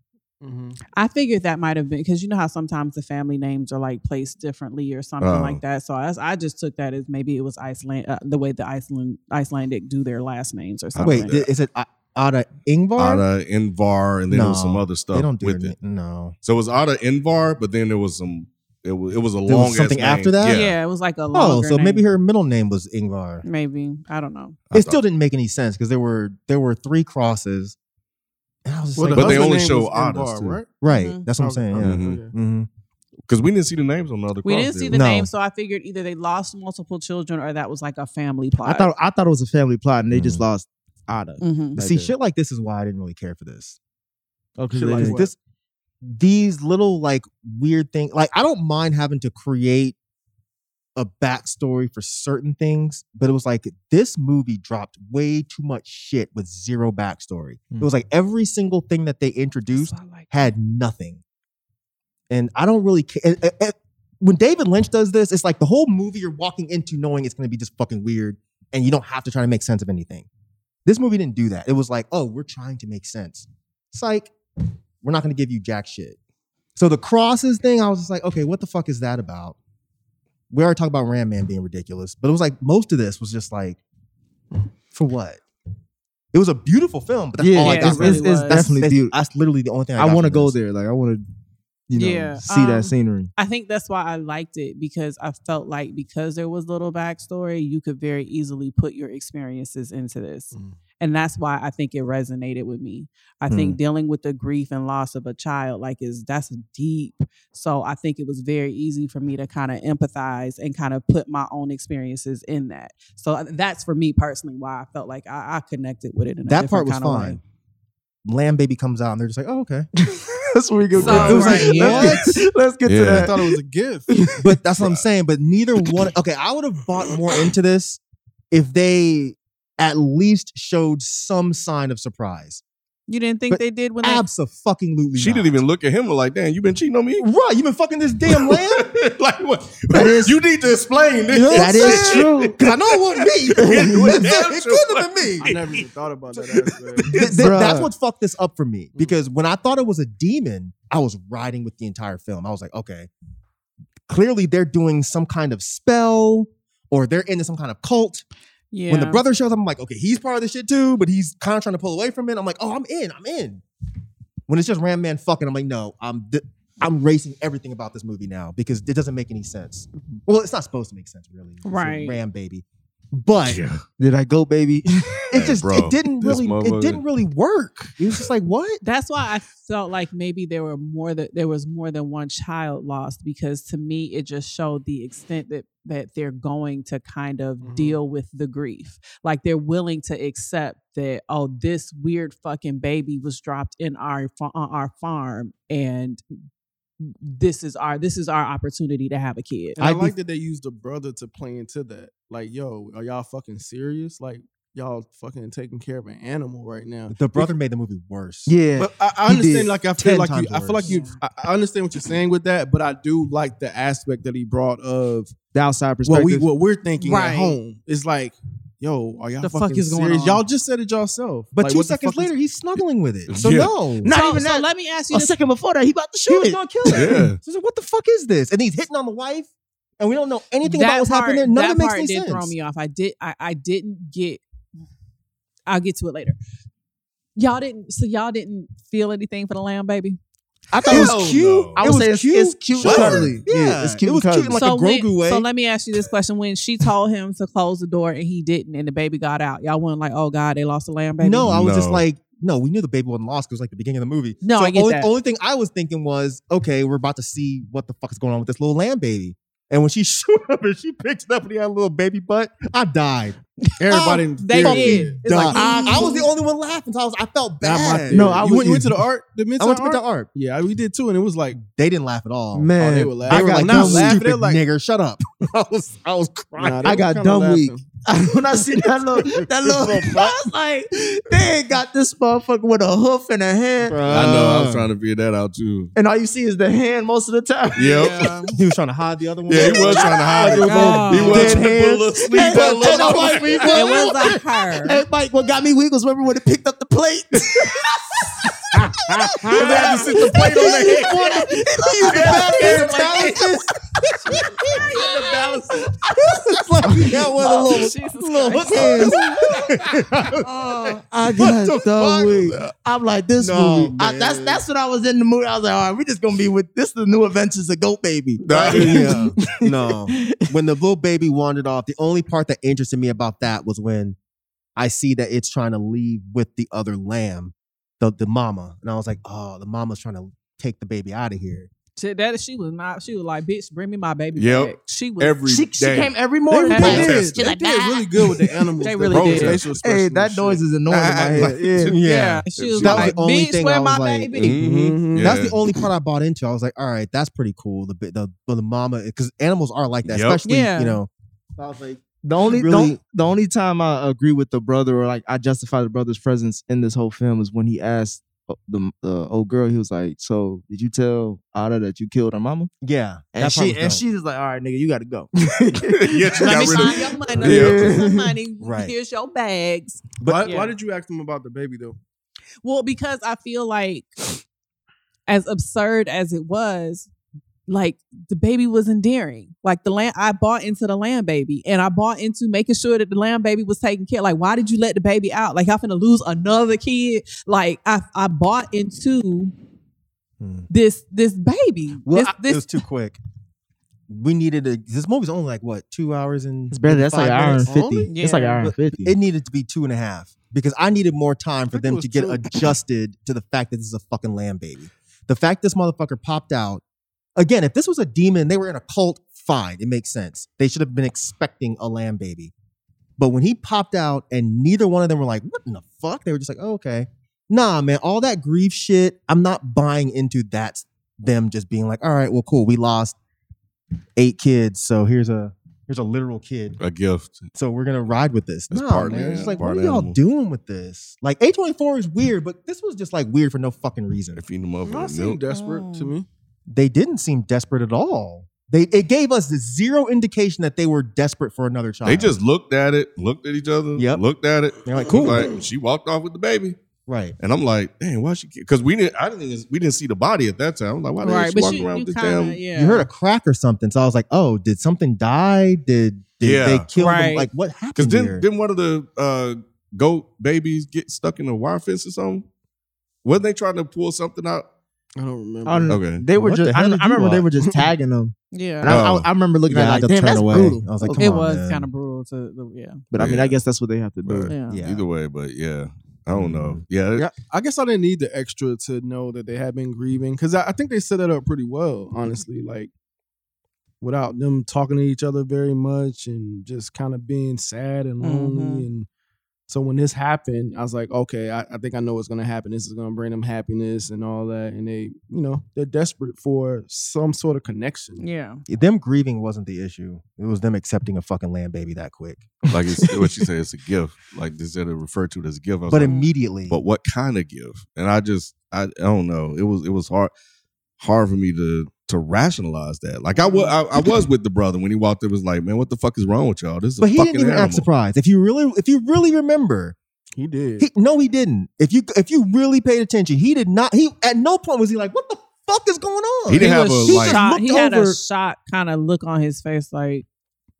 Speaker 3: Mhm.
Speaker 4: I figured that might have been because you know how sometimes the family names are like placed differently or something
Speaker 1: Oh.
Speaker 4: like that. So I, I just took that as maybe it was Iceland, uh, the way the Iceland Icelandic do their last names or something.
Speaker 5: Wait, is it A- Ada Ingvar?
Speaker 1: Ada Invar, and then there was
Speaker 5: No,
Speaker 1: some other stuff
Speaker 5: they don't do
Speaker 1: with
Speaker 5: their
Speaker 1: it.
Speaker 5: na- No.
Speaker 1: So it was Ada Invar, but then there was some. It was it was a
Speaker 5: was
Speaker 1: long
Speaker 5: something
Speaker 1: ass name.
Speaker 5: after that?
Speaker 4: yeah.
Speaker 1: Yeah,
Speaker 4: it was like a
Speaker 5: Oh,
Speaker 4: longer
Speaker 5: so maybe
Speaker 4: name.
Speaker 5: her middle name was Ingvar.
Speaker 4: maybe I don't know.
Speaker 1: I
Speaker 5: it
Speaker 1: thought-
Speaker 5: still didn't make any sense because there were there were three crosses. And I was just
Speaker 3: Well,
Speaker 5: like,
Speaker 3: the
Speaker 1: But they
Speaker 3: husband
Speaker 1: only
Speaker 3: name
Speaker 1: show
Speaker 3: was
Speaker 1: Otis,
Speaker 3: Ingvar,
Speaker 1: too.
Speaker 3: right?
Speaker 5: right.
Speaker 4: Mhm.
Speaker 5: That's what I'm
Speaker 3: Okay,
Speaker 5: saying.
Speaker 3: okay,
Speaker 5: Yeah.
Speaker 1: Mhm.
Speaker 3: yeah.
Speaker 5: hmm
Speaker 1: because we didn't see the names on the other.
Speaker 4: We
Speaker 1: cross,
Speaker 4: didn't see
Speaker 1: did
Speaker 4: the
Speaker 5: No.
Speaker 4: name, so I figured either they lost multiple children or that was like a family plot.
Speaker 2: I thought I thought it was a family plot, and they just lost Ada.
Speaker 4: Mhm.
Speaker 5: But see,
Speaker 2: there.
Speaker 5: shit like this is why I didn't really care for this.
Speaker 2: Okay,
Speaker 3: Shit like
Speaker 5: Because
Speaker 3: what?
Speaker 5: this these little like weird things. Like I don't mind having to create a backstory for certain things, but it was like this movie dropped way too much shit with zero backstory. It was like
Speaker 1: Mm-hmm.
Speaker 5: every single thing that they introduced
Speaker 4: So I like-
Speaker 5: had nothing. And I don't really care. when David Lynch does this, it's like the whole movie you're walking into knowing it's going to be just fucking weird, and you don't have to try to make sense of anything. This movie didn't do that. It was like, oh, we're trying to make sense. It's like we're not going to give you jack shit. So the crosses thing, I was just like, okay, what the fuck is that about? We already talked about Ram Man being ridiculous, but it was like most of this was just like, for what? It was a beautiful film, but that's
Speaker 2: yeah,
Speaker 5: all I
Speaker 4: yeah,
Speaker 5: got.
Speaker 2: it's,
Speaker 5: from it.
Speaker 2: it's,
Speaker 4: really
Speaker 2: it's
Speaker 4: was.
Speaker 2: definitely
Speaker 5: that's,
Speaker 2: beautiful.
Speaker 5: that's literally the only thing I,
Speaker 2: I,
Speaker 5: got
Speaker 2: want to
Speaker 5: from
Speaker 2: go
Speaker 5: this.
Speaker 2: there. Like I want to, you know,
Speaker 4: Yeah,
Speaker 2: see
Speaker 4: um,
Speaker 2: that scenery.
Speaker 4: I think that's why I liked it because I felt like because there was little backstory, you could very easily put your experiences into this.
Speaker 3: Mm.
Speaker 4: And that's why I think it resonated with me. I
Speaker 5: Mm.
Speaker 4: think dealing with the grief and loss of a child, like, is that's deep. So I think it was very easy for me to kind of empathize and kind of put my own experiences in that. So uh, that's for me personally why I felt like I, I connected with it. In a
Speaker 5: That
Speaker 4: different
Speaker 5: part was
Speaker 4: kinda way.
Speaker 5: fine. Lamb Baby comes out, and they're just like, oh, okay.
Speaker 2: That's where we go.
Speaker 4: So,
Speaker 2: [LAUGHS] it was
Speaker 5: [LAUGHS]
Speaker 2: like,
Speaker 4: right,
Speaker 2: let's, get, let's get
Speaker 1: Yeah.
Speaker 2: to
Speaker 3: I
Speaker 2: that.
Speaker 3: thought it was a gift.
Speaker 5: But that's what I'm saying. But neither one. Okay, I would have bought more into this if they at least showed some sign of surprise.
Speaker 4: You didn't think
Speaker 5: But
Speaker 4: they did when they
Speaker 5: Absolutely.
Speaker 1: She didn't even look at him like, damn, you been cheating on me?
Speaker 5: Right, you been fucking this damn
Speaker 1: [LAUGHS]
Speaker 5: lamb.
Speaker 1: like what?
Speaker 5: That is-
Speaker 1: you need to explain this.
Speaker 5: You know what I'm
Speaker 2: That is
Speaker 5: saying? [LAUGHS]
Speaker 2: true.
Speaker 5: Because I know it wasn't
Speaker 1: [LAUGHS]
Speaker 5: me.
Speaker 1: It was damn
Speaker 5: it
Speaker 1: true.
Speaker 5: couldn't have been me. [LAUGHS]
Speaker 3: I never even thought about that aspect.
Speaker 5: Th- th-
Speaker 2: Bruh.
Speaker 5: that's what fucked this up for me because when I thought it was a demon, I was riding with the entire film. I was like, okay, clearly they're doing some kind of spell or they're into some kind of cult.
Speaker 4: yeah.
Speaker 5: When the brother shows up, I'm like, okay, he's part of this shit too, but he's kind of trying to pull away from it. I'm like, oh, I'm in, I'm in. When it's just Ram Man fucking, I'm like, no, I'm th- I'm racing everything about this movie now because it doesn't make any sense. Well, it's not supposed to make sense, really. It's a
Speaker 4: Right.
Speaker 5: Ram baby. But
Speaker 1: Yeah.
Speaker 2: Did I go, baby?
Speaker 5: it just
Speaker 1: bro,
Speaker 5: it didn't
Speaker 1: this
Speaker 5: really it
Speaker 1: motherfucker-
Speaker 5: didn't really work. It was just like what?
Speaker 4: that's why I felt like maybe there were more that there was more than one child lost because to me it just showed the extent that that they're going to kind of
Speaker 3: Mhm.
Speaker 4: deal with the grief. Like they're willing to accept that oh this weird fucking baby was dropped in our fa- on our farm and this is our this is our opportunity to have a kid.
Speaker 3: And I,
Speaker 5: I'd be-
Speaker 3: like that they used the brother to play into that. Like, yo, are y'all fucking serious? Like, y'all fucking taking care of an animal right now.
Speaker 5: The brother made the movie worse.
Speaker 2: yeah.
Speaker 3: But I, I
Speaker 5: He did
Speaker 3: understand. Like, I feel
Speaker 5: 10
Speaker 3: like you.
Speaker 5: times
Speaker 3: I feel like
Speaker 5: worse.
Speaker 3: you. I I understand what you're saying with that, but I do like the aspect that he brought of
Speaker 2: the outside
Speaker 3: what
Speaker 2: perspective.
Speaker 3: we what we're thinking
Speaker 4: Right.
Speaker 3: at home. It's like, yo, are y'all
Speaker 4: The fuck
Speaker 3: fucking
Speaker 4: is going
Speaker 3: serious?
Speaker 4: on?
Speaker 3: Y'all just said it yourself.
Speaker 5: But
Speaker 3: Like,
Speaker 5: two
Speaker 3: what the
Speaker 5: seconds
Speaker 3: fuck is-
Speaker 5: later, he's snuggling with it. So
Speaker 1: Yeah.
Speaker 5: no,
Speaker 2: Not
Speaker 4: so,
Speaker 2: even
Speaker 4: so
Speaker 2: that.
Speaker 4: let me ask you
Speaker 2: a
Speaker 4: this.
Speaker 2: second before that, he about to
Speaker 5: he
Speaker 2: shoot
Speaker 5: was
Speaker 2: it.
Speaker 5: gonna kill her.
Speaker 1: Yeah.
Speaker 5: So it's like, what the fuck is this? And he's hitting on the wife, and we don't know anything about what's happening there. None
Speaker 4: that
Speaker 5: of it makes
Speaker 4: part
Speaker 5: any
Speaker 4: did
Speaker 5: sense.
Speaker 4: throw me off. I did. I, I didn't get. I'll get to it later. Y'all didn't. So y'all didn't feel anything for the lamb baby.
Speaker 5: I thought it
Speaker 1: Hell
Speaker 5: was cute.
Speaker 1: no.
Speaker 2: I
Speaker 5: It
Speaker 2: would
Speaker 5: was
Speaker 2: say it's,
Speaker 5: cute.
Speaker 2: it's cute
Speaker 5: Sure.
Speaker 2: and cuddly.
Speaker 5: Yeah.
Speaker 2: it's cute.
Speaker 5: It was
Speaker 2: and
Speaker 5: cute
Speaker 2: cuddly.
Speaker 5: in, like, a Grogu
Speaker 4: when,
Speaker 5: way.
Speaker 4: so let me ask you this question: When she told him to close the door and he didn't, and the baby got out, y'all weren't like, "Oh God, they lost the lamb baby."
Speaker 5: No, I was just
Speaker 1: No.
Speaker 5: like, no, we knew the baby wasn't lost. 'cause It was like the beginning of the movie.
Speaker 4: No,
Speaker 5: so
Speaker 4: I get
Speaker 5: only,
Speaker 4: that.
Speaker 5: only thing I was thinking was, okay, we're about to see what the fuck is going on with this little lamb baby. And when she [LAUGHS] showed up and she picked it up and he had a little baby butt, I died.
Speaker 3: [LAUGHS] everybody, in
Speaker 4: they
Speaker 3: theory
Speaker 4: did. It's like,
Speaker 5: Died. I, I was the
Speaker 4: "Ooh."
Speaker 5: only one laughing, so I was I felt
Speaker 3: Not my
Speaker 5: bad.
Speaker 3: theory.
Speaker 2: No, I
Speaker 3: You
Speaker 2: was-
Speaker 3: went, you went to the art, the midtown
Speaker 5: I went to
Speaker 3: art?
Speaker 5: the art.
Speaker 3: Yeah, we did too, and it was like,
Speaker 5: They didn't laugh at all.
Speaker 2: Man,
Speaker 3: oh, they were
Speaker 5: They
Speaker 3: laughing.
Speaker 2: I
Speaker 5: were
Speaker 2: got
Speaker 5: like,
Speaker 2: dumb
Speaker 5: "You
Speaker 3: not laughing.
Speaker 5: stupid
Speaker 3: They're like,
Speaker 5: nigger, shut
Speaker 1: [LAUGHS]
Speaker 5: up." I was I was crying.
Speaker 3: Nah, they
Speaker 2: I
Speaker 3: were
Speaker 2: got
Speaker 3: kinda
Speaker 2: dumb
Speaker 3: laughing.
Speaker 2: weak. [LAUGHS] when I seen that
Speaker 5: [LAUGHS]
Speaker 2: little, that little, I was like, they ain't got this motherfucker with a hoof and a hand,
Speaker 1: I know. I was trying to figure that out too.
Speaker 2: and all you see is the hand most of the time.
Speaker 1: Yep.
Speaker 3: Yeah.
Speaker 5: He was trying to hide the other one.
Speaker 1: Yeah, he was trying to hide it.
Speaker 4: was all
Speaker 1: He
Speaker 2: dead
Speaker 5: [LAUGHS]
Speaker 1: was trying to put a
Speaker 2: hands.
Speaker 1: [LAUGHS] little sleep
Speaker 2: Hey,
Speaker 1: on
Speaker 2: tell
Speaker 1: little-
Speaker 2: my wife we-
Speaker 4: Oh. It was like
Speaker 2: [LAUGHS]
Speaker 4: her.
Speaker 2: Hey, Mike, what got me weak was remember when it picked up the plate. [LAUGHS]
Speaker 1: Cause they had to sit the plate on their head. [LAUGHS]
Speaker 5: It's like he got
Speaker 1: [LAUGHS] Oh,
Speaker 5: one of those
Speaker 4: Jesus
Speaker 5: little
Speaker 4: Christ.
Speaker 5: hook hands.
Speaker 2: Oh, I
Speaker 5: What
Speaker 2: got
Speaker 5: the
Speaker 2: so
Speaker 5: fuck?
Speaker 2: weak. I'm like, this
Speaker 5: No,
Speaker 2: movie. I,
Speaker 5: man.
Speaker 2: that's that's when I was in the mood. I was like, all right, we're just gonna be with this. The new adventures of Goat Baby.
Speaker 5: yeah. [LAUGHS] No. When the little baby wandered off, the only part that interested me about that was when I see that it's trying to leave with the other lamb, the, the mama. And I was like, oh, the mama's trying to take the baby out of here.
Speaker 4: She- That she was not. She was like, "Bitch, bring me my baby."
Speaker 1: Yep.
Speaker 4: back." She was.
Speaker 1: Every
Speaker 2: She, she
Speaker 1: day.
Speaker 2: came every
Speaker 3: They,
Speaker 2: morning.
Speaker 3: they
Speaker 1: Protest.
Speaker 3: did. They
Speaker 6: Like
Speaker 3: did
Speaker 6: that.
Speaker 3: really good
Speaker 4: [LAUGHS]
Speaker 3: with the animals.
Speaker 4: They
Speaker 3: though.
Speaker 4: really did.
Speaker 3: Facial
Speaker 2: Hey,
Speaker 3: expressions
Speaker 2: that
Speaker 3: and
Speaker 2: noise
Speaker 3: shit.
Speaker 2: is annoying in my
Speaker 5: [LAUGHS]
Speaker 2: head. Yeah.
Speaker 4: Yeah, she was
Speaker 5: That was
Speaker 4: like,
Speaker 5: the only
Speaker 4: "Bitch,
Speaker 5: thing
Speaker 4: where
Speaker 5: I
Speaker 4: my
Speaker 5: was like,
Speaker 4: baby?"
Speaker 1: Mhm.
Speaker 3: Mhm.
Speaker 5: Mm-hmm. That's
Speaker 1: Yeah.
Speaker 5: the only part I bought into. I was like, all right, that's pretty cool. The bi- the the, the mama because animals are like that,
Speaker 1: Yep.
Speaker 5: especially
Speaker 4: Yeah.
Speaker 5: you know.
Speaker 2: The only the
Speaker 5: Really-
Speaker 2: on- the only time I agree with the brother or like I justify the brother's presence in this whole film is when he asked uh, the the old girl. He was like, "So did you tell Ada that you killed her mama?"
Speaker 5: Yeah.
Speaker 2: And
Speaker 5: that part
Speaker 2: she
Speaker 5: was
Speaker 2: and
Speaker 5: dope.
Speaker 2: she's just like, "All right, nigga, you got to [LAUGHS] go."
Speaker 1: Yes, you
Speaker 4: Let me
Speaker 1: got rid
Speaker 4: find
Speaker 1: of
Speaker 4: your money.
Speaker 1: Yeah.
Speaker 4: Here's your money.
Speaker 5: Right.
Speaker 4: Here's your bags.
Speaker 3: why,
Speaker 4: Yeah.
Speaker 3: why did you ask him about the baby though?
Speaker 4: Well, because I feel like as absurd as it was, like the baby was endearing. Like the land I bought into the land baby and I bought into making sure that the land baby was taken care Like, why did you let the baby out? Like y'all finna lose another kid. Like I I bought into
Speaker 5: Hmm.
Speaker 4: this this baby.
Speaker 5: Well,
Speaker 4: this
Speaker 5: I-
Speaker 4: this
Speaker 5: it was too quick. We needed a. This movie's only like what two hours and
Speaker 2: It's better. That's
Speaker 5: five
Speaker 2: like an hour and
Speaker 5: minutes?
Speaker 2: fifty.
Speaker 4: Only?
Speaker 2: It's like an
Speaker 4: Yeah.
Speaker 2: hour and
Speaker 5: But
Speaker 2: fifty.
Speaker 5: It needed to be two and a half because I needed more time for
Speaker 3: think it
Speaker 5: them
Speaker 3: was
Speaker 5: to get
Speaker 3: two.
Speaker 5: adjusted to the fact that this is a fucking lamb baby. The fact this motherfucker popped out again. If this was a demon, they were in a cult. Fine, it makes sense. They should have been expecting a lamb baby. But when he popped out, and neither one of them were like, "What in the fuck?" They were just like, oh, "Okay, nah, man, all that grief shit. I'm not buying into that." Them just being like, "All right, well, cool. We lost eight kids, so here's a here's a literal kid."
Speaker 1: a gift.
Speaker 5: so we're gonna ride with this.
Speaker 1: It's
Speaker 5: no,
Speaker 1: part
Speaker 5: man.
Speaker 1: man,
Speaker 5: It's just like,
Speaker 1: part
Speaker 5: what are y'all
Speaker 1: animal.
Speaker 5: doing with this? Like, A24 is weird, but this was just like weird for no fucking reason.
Speaker 1: If you know
Speaker 3: Y'all
Speaker 1: motherfucker,
Speaker 3: seem
Speaker 1: milk.
Speaker 3: desperate
Speaker 4: Oh.
Speaker 3: to me.
Speaker 5: They didn't seem desperate at all. They it gave us zero indication that they were desperate for another child.
Speaker 1: They just looked at it, looked at each other,
Speaker 5: Yep.
Speaker 1: looked at it.
Speaker 5: They're like, cool.
Speaker 1: Like, she walked off with the baby,
Speaker 5: right.
Speaker 1: and I'm like, dang, why she? Because we didn't, I didn't, even, we didn't see the body at that time. I'm like, why the hell she walking around with this damn?
Speaker 4: yeah.
Speaker 5: You heard a crack or something, so I was like, oh, did something die? Did, did
Speaker 1: Yeah.
Speaker 5: they kill them?
Speaker 4: Right.
Speaker 5: Like, what happened?
Speaker 1: Because
Speaker 5: here?
Speaker 1: didn't, didn't one of the uh, goat babies get stuck in a wire fence or something? Wasn't they trying to pull something out?
Speaker 3: I don't remember.
Speaker 2: I don't know.
Speaker 1: Okay.
Speaker 2: They were
Speaker 5: What the
Speaker 2: just. I,
Speaker 5: hell
Speaker 2: I
Speaker 5: did you
Speaker 2: remember they
Speaker 5: watch?
Speaker 2: were just tagging them. And
Speaker 4: yeah.
Speaker 2: I, I,
Speaker 1: Oh.
Speaker 2: I remember looking
Speaker 5: Yeah,
Speaker 2: at
Speaker 5: I
Speaker 2: it like,
Speaker 5: had to
Speaker 2: damn,
Speaker 5: turn
Speaker 2: that's
Speaker 5: away.
Speaker 2: brutal.
Speaker 5: I was like,
Speaker 2: Okay.
Speaker 5: come
Speaker 4: It
Speaker 5: on,
Speaker 4: was
Speaker 5: man.
Speaker 4: kind of brutal to the yeah.
Speaker 2: but I mean,
Speaker 1: Yeah.
Speaker 2: I guess that's what they have to do.
Speaker 1: Right.
Speaker 4: Yeah.
Speaker 5: Yeah.
Speaker 1: Either way, but yeah, I don't know. Yeah,
Speaker 3: Yeah, I guess I didn't need the extra to know that they had been grieving because I, I think they set that up pretty well, honestly. Like without them talking to each other very much and just kind of being sad and lonely.
Speaker 4: Mhm.
Speaker 3: And so when this happened, I was like, okay, I, I think I know what's gonna happen. This is gonna bring them happiness and all that. And they, you know, they're desperate for some sort of connection.
Speaker 4: Yeah.
Speaker 5: Them grieving wasn't the issue. It was them accepting a fucking land baby that quick.
Speaker 1: like it's,
Speaker 5: [LAUGHS]
Speaker 1: what she said, it's a gift. Like they said, it referred to it as a gift. I was
Speaker 5: But
Speaker 1: like,
Speaker 5: immediately.
Speaker 1: but what kind of gift? And I just, I, I don't know. It was, it was hard, hard for me to to rationalize that. Like I was, I, I was with the brother when he walked in. Was like, man, what the fuck is wrong with y'all? This is
Speaker 5: but
Speaker 1: a
Speaker 5: he
Speaker 1: fucking
Speaker 5: didn't even act
Speaker 1: animal."
Speaker 5: surprised. If you really, if you really remember,
Speaker 3: He did.
Speaker 5: He, no, he didn't. If you if you really paid attention, he did not. He at no point was he like, "What the fuck is going on?"
Speaker 1: He didn't have a
Speaker 4: was
Speaker 1: like.
Speaker 4: shocked.
Speaker 5: looked
Speaker 4: He had
Speaker 5: over-
Speaker 4: a shocked kind of look on his face, like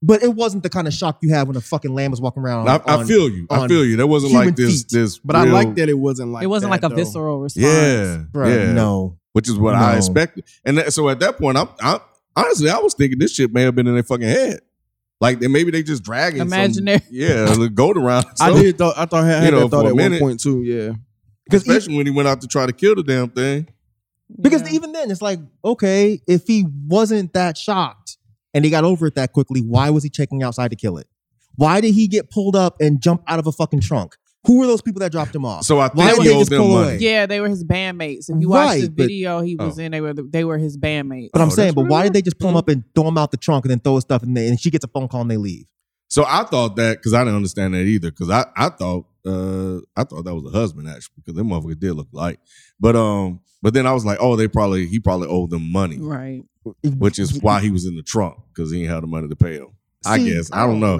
Speaker 5: but it wasn't the kind of shock you have when a fucking lamb is walking around.
Speaker 1: I, I
Speaker 5: on-
Speaker 1: feel you. I
Speaker 5: on
Speaker 1: feel you. There wasn't
Speaker 5: human
Speaker 1: like this.
Speaker 5: feet.
Speaker 1: This,
Speaker 3: But I
Speaker 1: real-
Speaker 3: like that it wasn't like
Speaker 4: it wasn't
Speaker 3: that,
Speaker 4: like a
Speaker 3: though.
Speaker 4: visceral response.
Speaker 1: Yeah,
Speaker 5: Bruh,
Speaker 1: yeah.
Speaker 5: No,
Speaker 1: which is what I
Speaker 5: No.
Speaker 1: expected. And that, so at that point, I'm, I'm honestly, I was thinking this shit may have been in their fucking head. Like then maybe they just dragging some-
Speaker 4: Imaginary.
Speaker 1: [LAUGHS] yeah, the goat around.
Speaker 3: I
Speaker 1: So,
Speaker 3: did thought I thought I had
Speaker 1: you know,
Speaker 3: that thought
Speaker 1: for a
Speaker 3: at
Speaker 1: minute-
Speaker 3: one point too. Yeah,
Speaker 5: because e-
Speaker 1: especially when he went out to try to kill the damn thing.
Speaker 5: because
Speaker 4: Yeah.
Speaker 5: even then it's like, okay, if he wasn't that shocked and he got over it that quickly, why was he checking outside to kill it? Why did he get pulled up and jump out of a fucking trunk? Who were those people that dropped him off?
Speaker 1: So I
Speaker 5: Why
Speaker 1: think
Speaker 5: would
Speaker 1: he
Speaker 5: they
Speaker 1: owes
Speaker 5: just
Speaker 1: them
Speaker 5: pull
Speaker 1: money.
Speaker 5: away?
Speaker 4: Yeah, they were his bandmates. If you watch the
Speaker 5: Right, but-
Speaker 4: video he was
Speaker 1: oh.
Speaker 4: in, they were the, they were his bandmates.
Speaker 5: but I'm
Speaker 1: Oh,
Speaker 5: saying,
Speaker 1: that's Mm.
Speaker 5: but
Speaker 1: what it
Speaker 5: why did
Speaker 1: was?
Speaker 5: they just pull him up and throw him out the trunk and then throw his stuff in there? And she gets a phone call and they leave.
Speaker 1: So I thought that because I didn't understand that either. Because I, I thought uh I thought that was a husband actually because that motherfucker did look like. But um, but then I was like, oh, they probably he probably owed them money,
Speaker 4: Right.
Speaker 1: which is why he was in the trunk because he didn't have the money to pay him. I
Speaker 5: See,
Speaker 1: guess I don't know.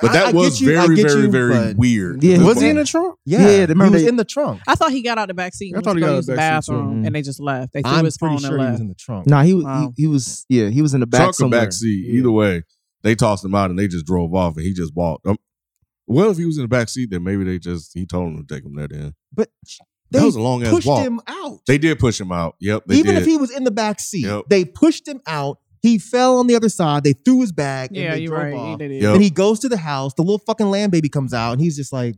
Speaker 1: But
Speaker 5: I-
Speaker 1: that
Speaker 5: I get
Speaker 1: was
Speaker 5: you- I
Speaker 1: very,
Speaker 5: get
Speaker 1: very,
Speaker 5: you,
Speaker 1: very
Speaker 5: but-
Speaker 1: weird.
Speaker 2: Yeah,
Speaker 3: was he in
Speaker 1: a
Speaker 3: the trunk?
Speaker 5: Yeah,
Speaker 2: Yeah,
Speaker 5: he
Speaker 2: remember
Speaker 5: was
Speaker 2: they-
Speaker 5: in the trunk.
Speaker 4: I thought he got out the back seat.
Speaker 3: I
Speaker 4: And
Speaker 3: thought
Speaker 4: went
Speaker 3: he
Speaker 4: to
Speaker 3: got
Speaker 4: go
Speaker 3: out
Speaker 4: use
Speaker 3: the
Speaker 4: the
Speaker 3: back seat, too.
Speaker 4: bathroom,
Speaker 2: Mhm.
Speaker 4: and they just left. They threw
Speaker 5: Mm-hmm. I'm
Speaker 4: his
Speaker 5: pretty
Speaker 4: phone
Speaker 5: sure
Speaker 4: and
Speaker 5: he
Speaker 4: left.
Speaker 5: was in the trunk.
Speaker 2: Nah, he, was
Speaker 4: Wow.
Speaker 2: he he was yeah he was in the back
Speaker 1: trunk or
Speaker 2: somewhere.
Speaker 1: back seat?
Speaker 3: Yeah.
Speaker 1: Either way, they tossed him out and they just drove off and he just walked. Um, well, if he was in the back seat, then maybe they just he told him to take him there. Then
Speaker 5: But
Speaker 1: that
Speaker 5: they
Speaker 1: was a long ass
Speaker 5: pushed
Speaker 1: walk.
Speaker 5: him out.
Speaker 1: They did push him out. Yep, they
Speaker 5: Even
Speaker 1: did.
Speaker 5: if he was in the back seat,
Speaker 1: Yep.
Speaker 5: they pushed him out. He fell on the other side. They threw his bag. and
Speaker 4: Yeah,
Speaker 5: they
Speaker 4: you're
Speaker 5: drove
Speaker 4: right.
Speaker 5: off.
Speaker 4: He did it.
Speaker 1: Yep.
Speaker 5: And he goes to the house. The little fucking land baby comes out, and he's just like,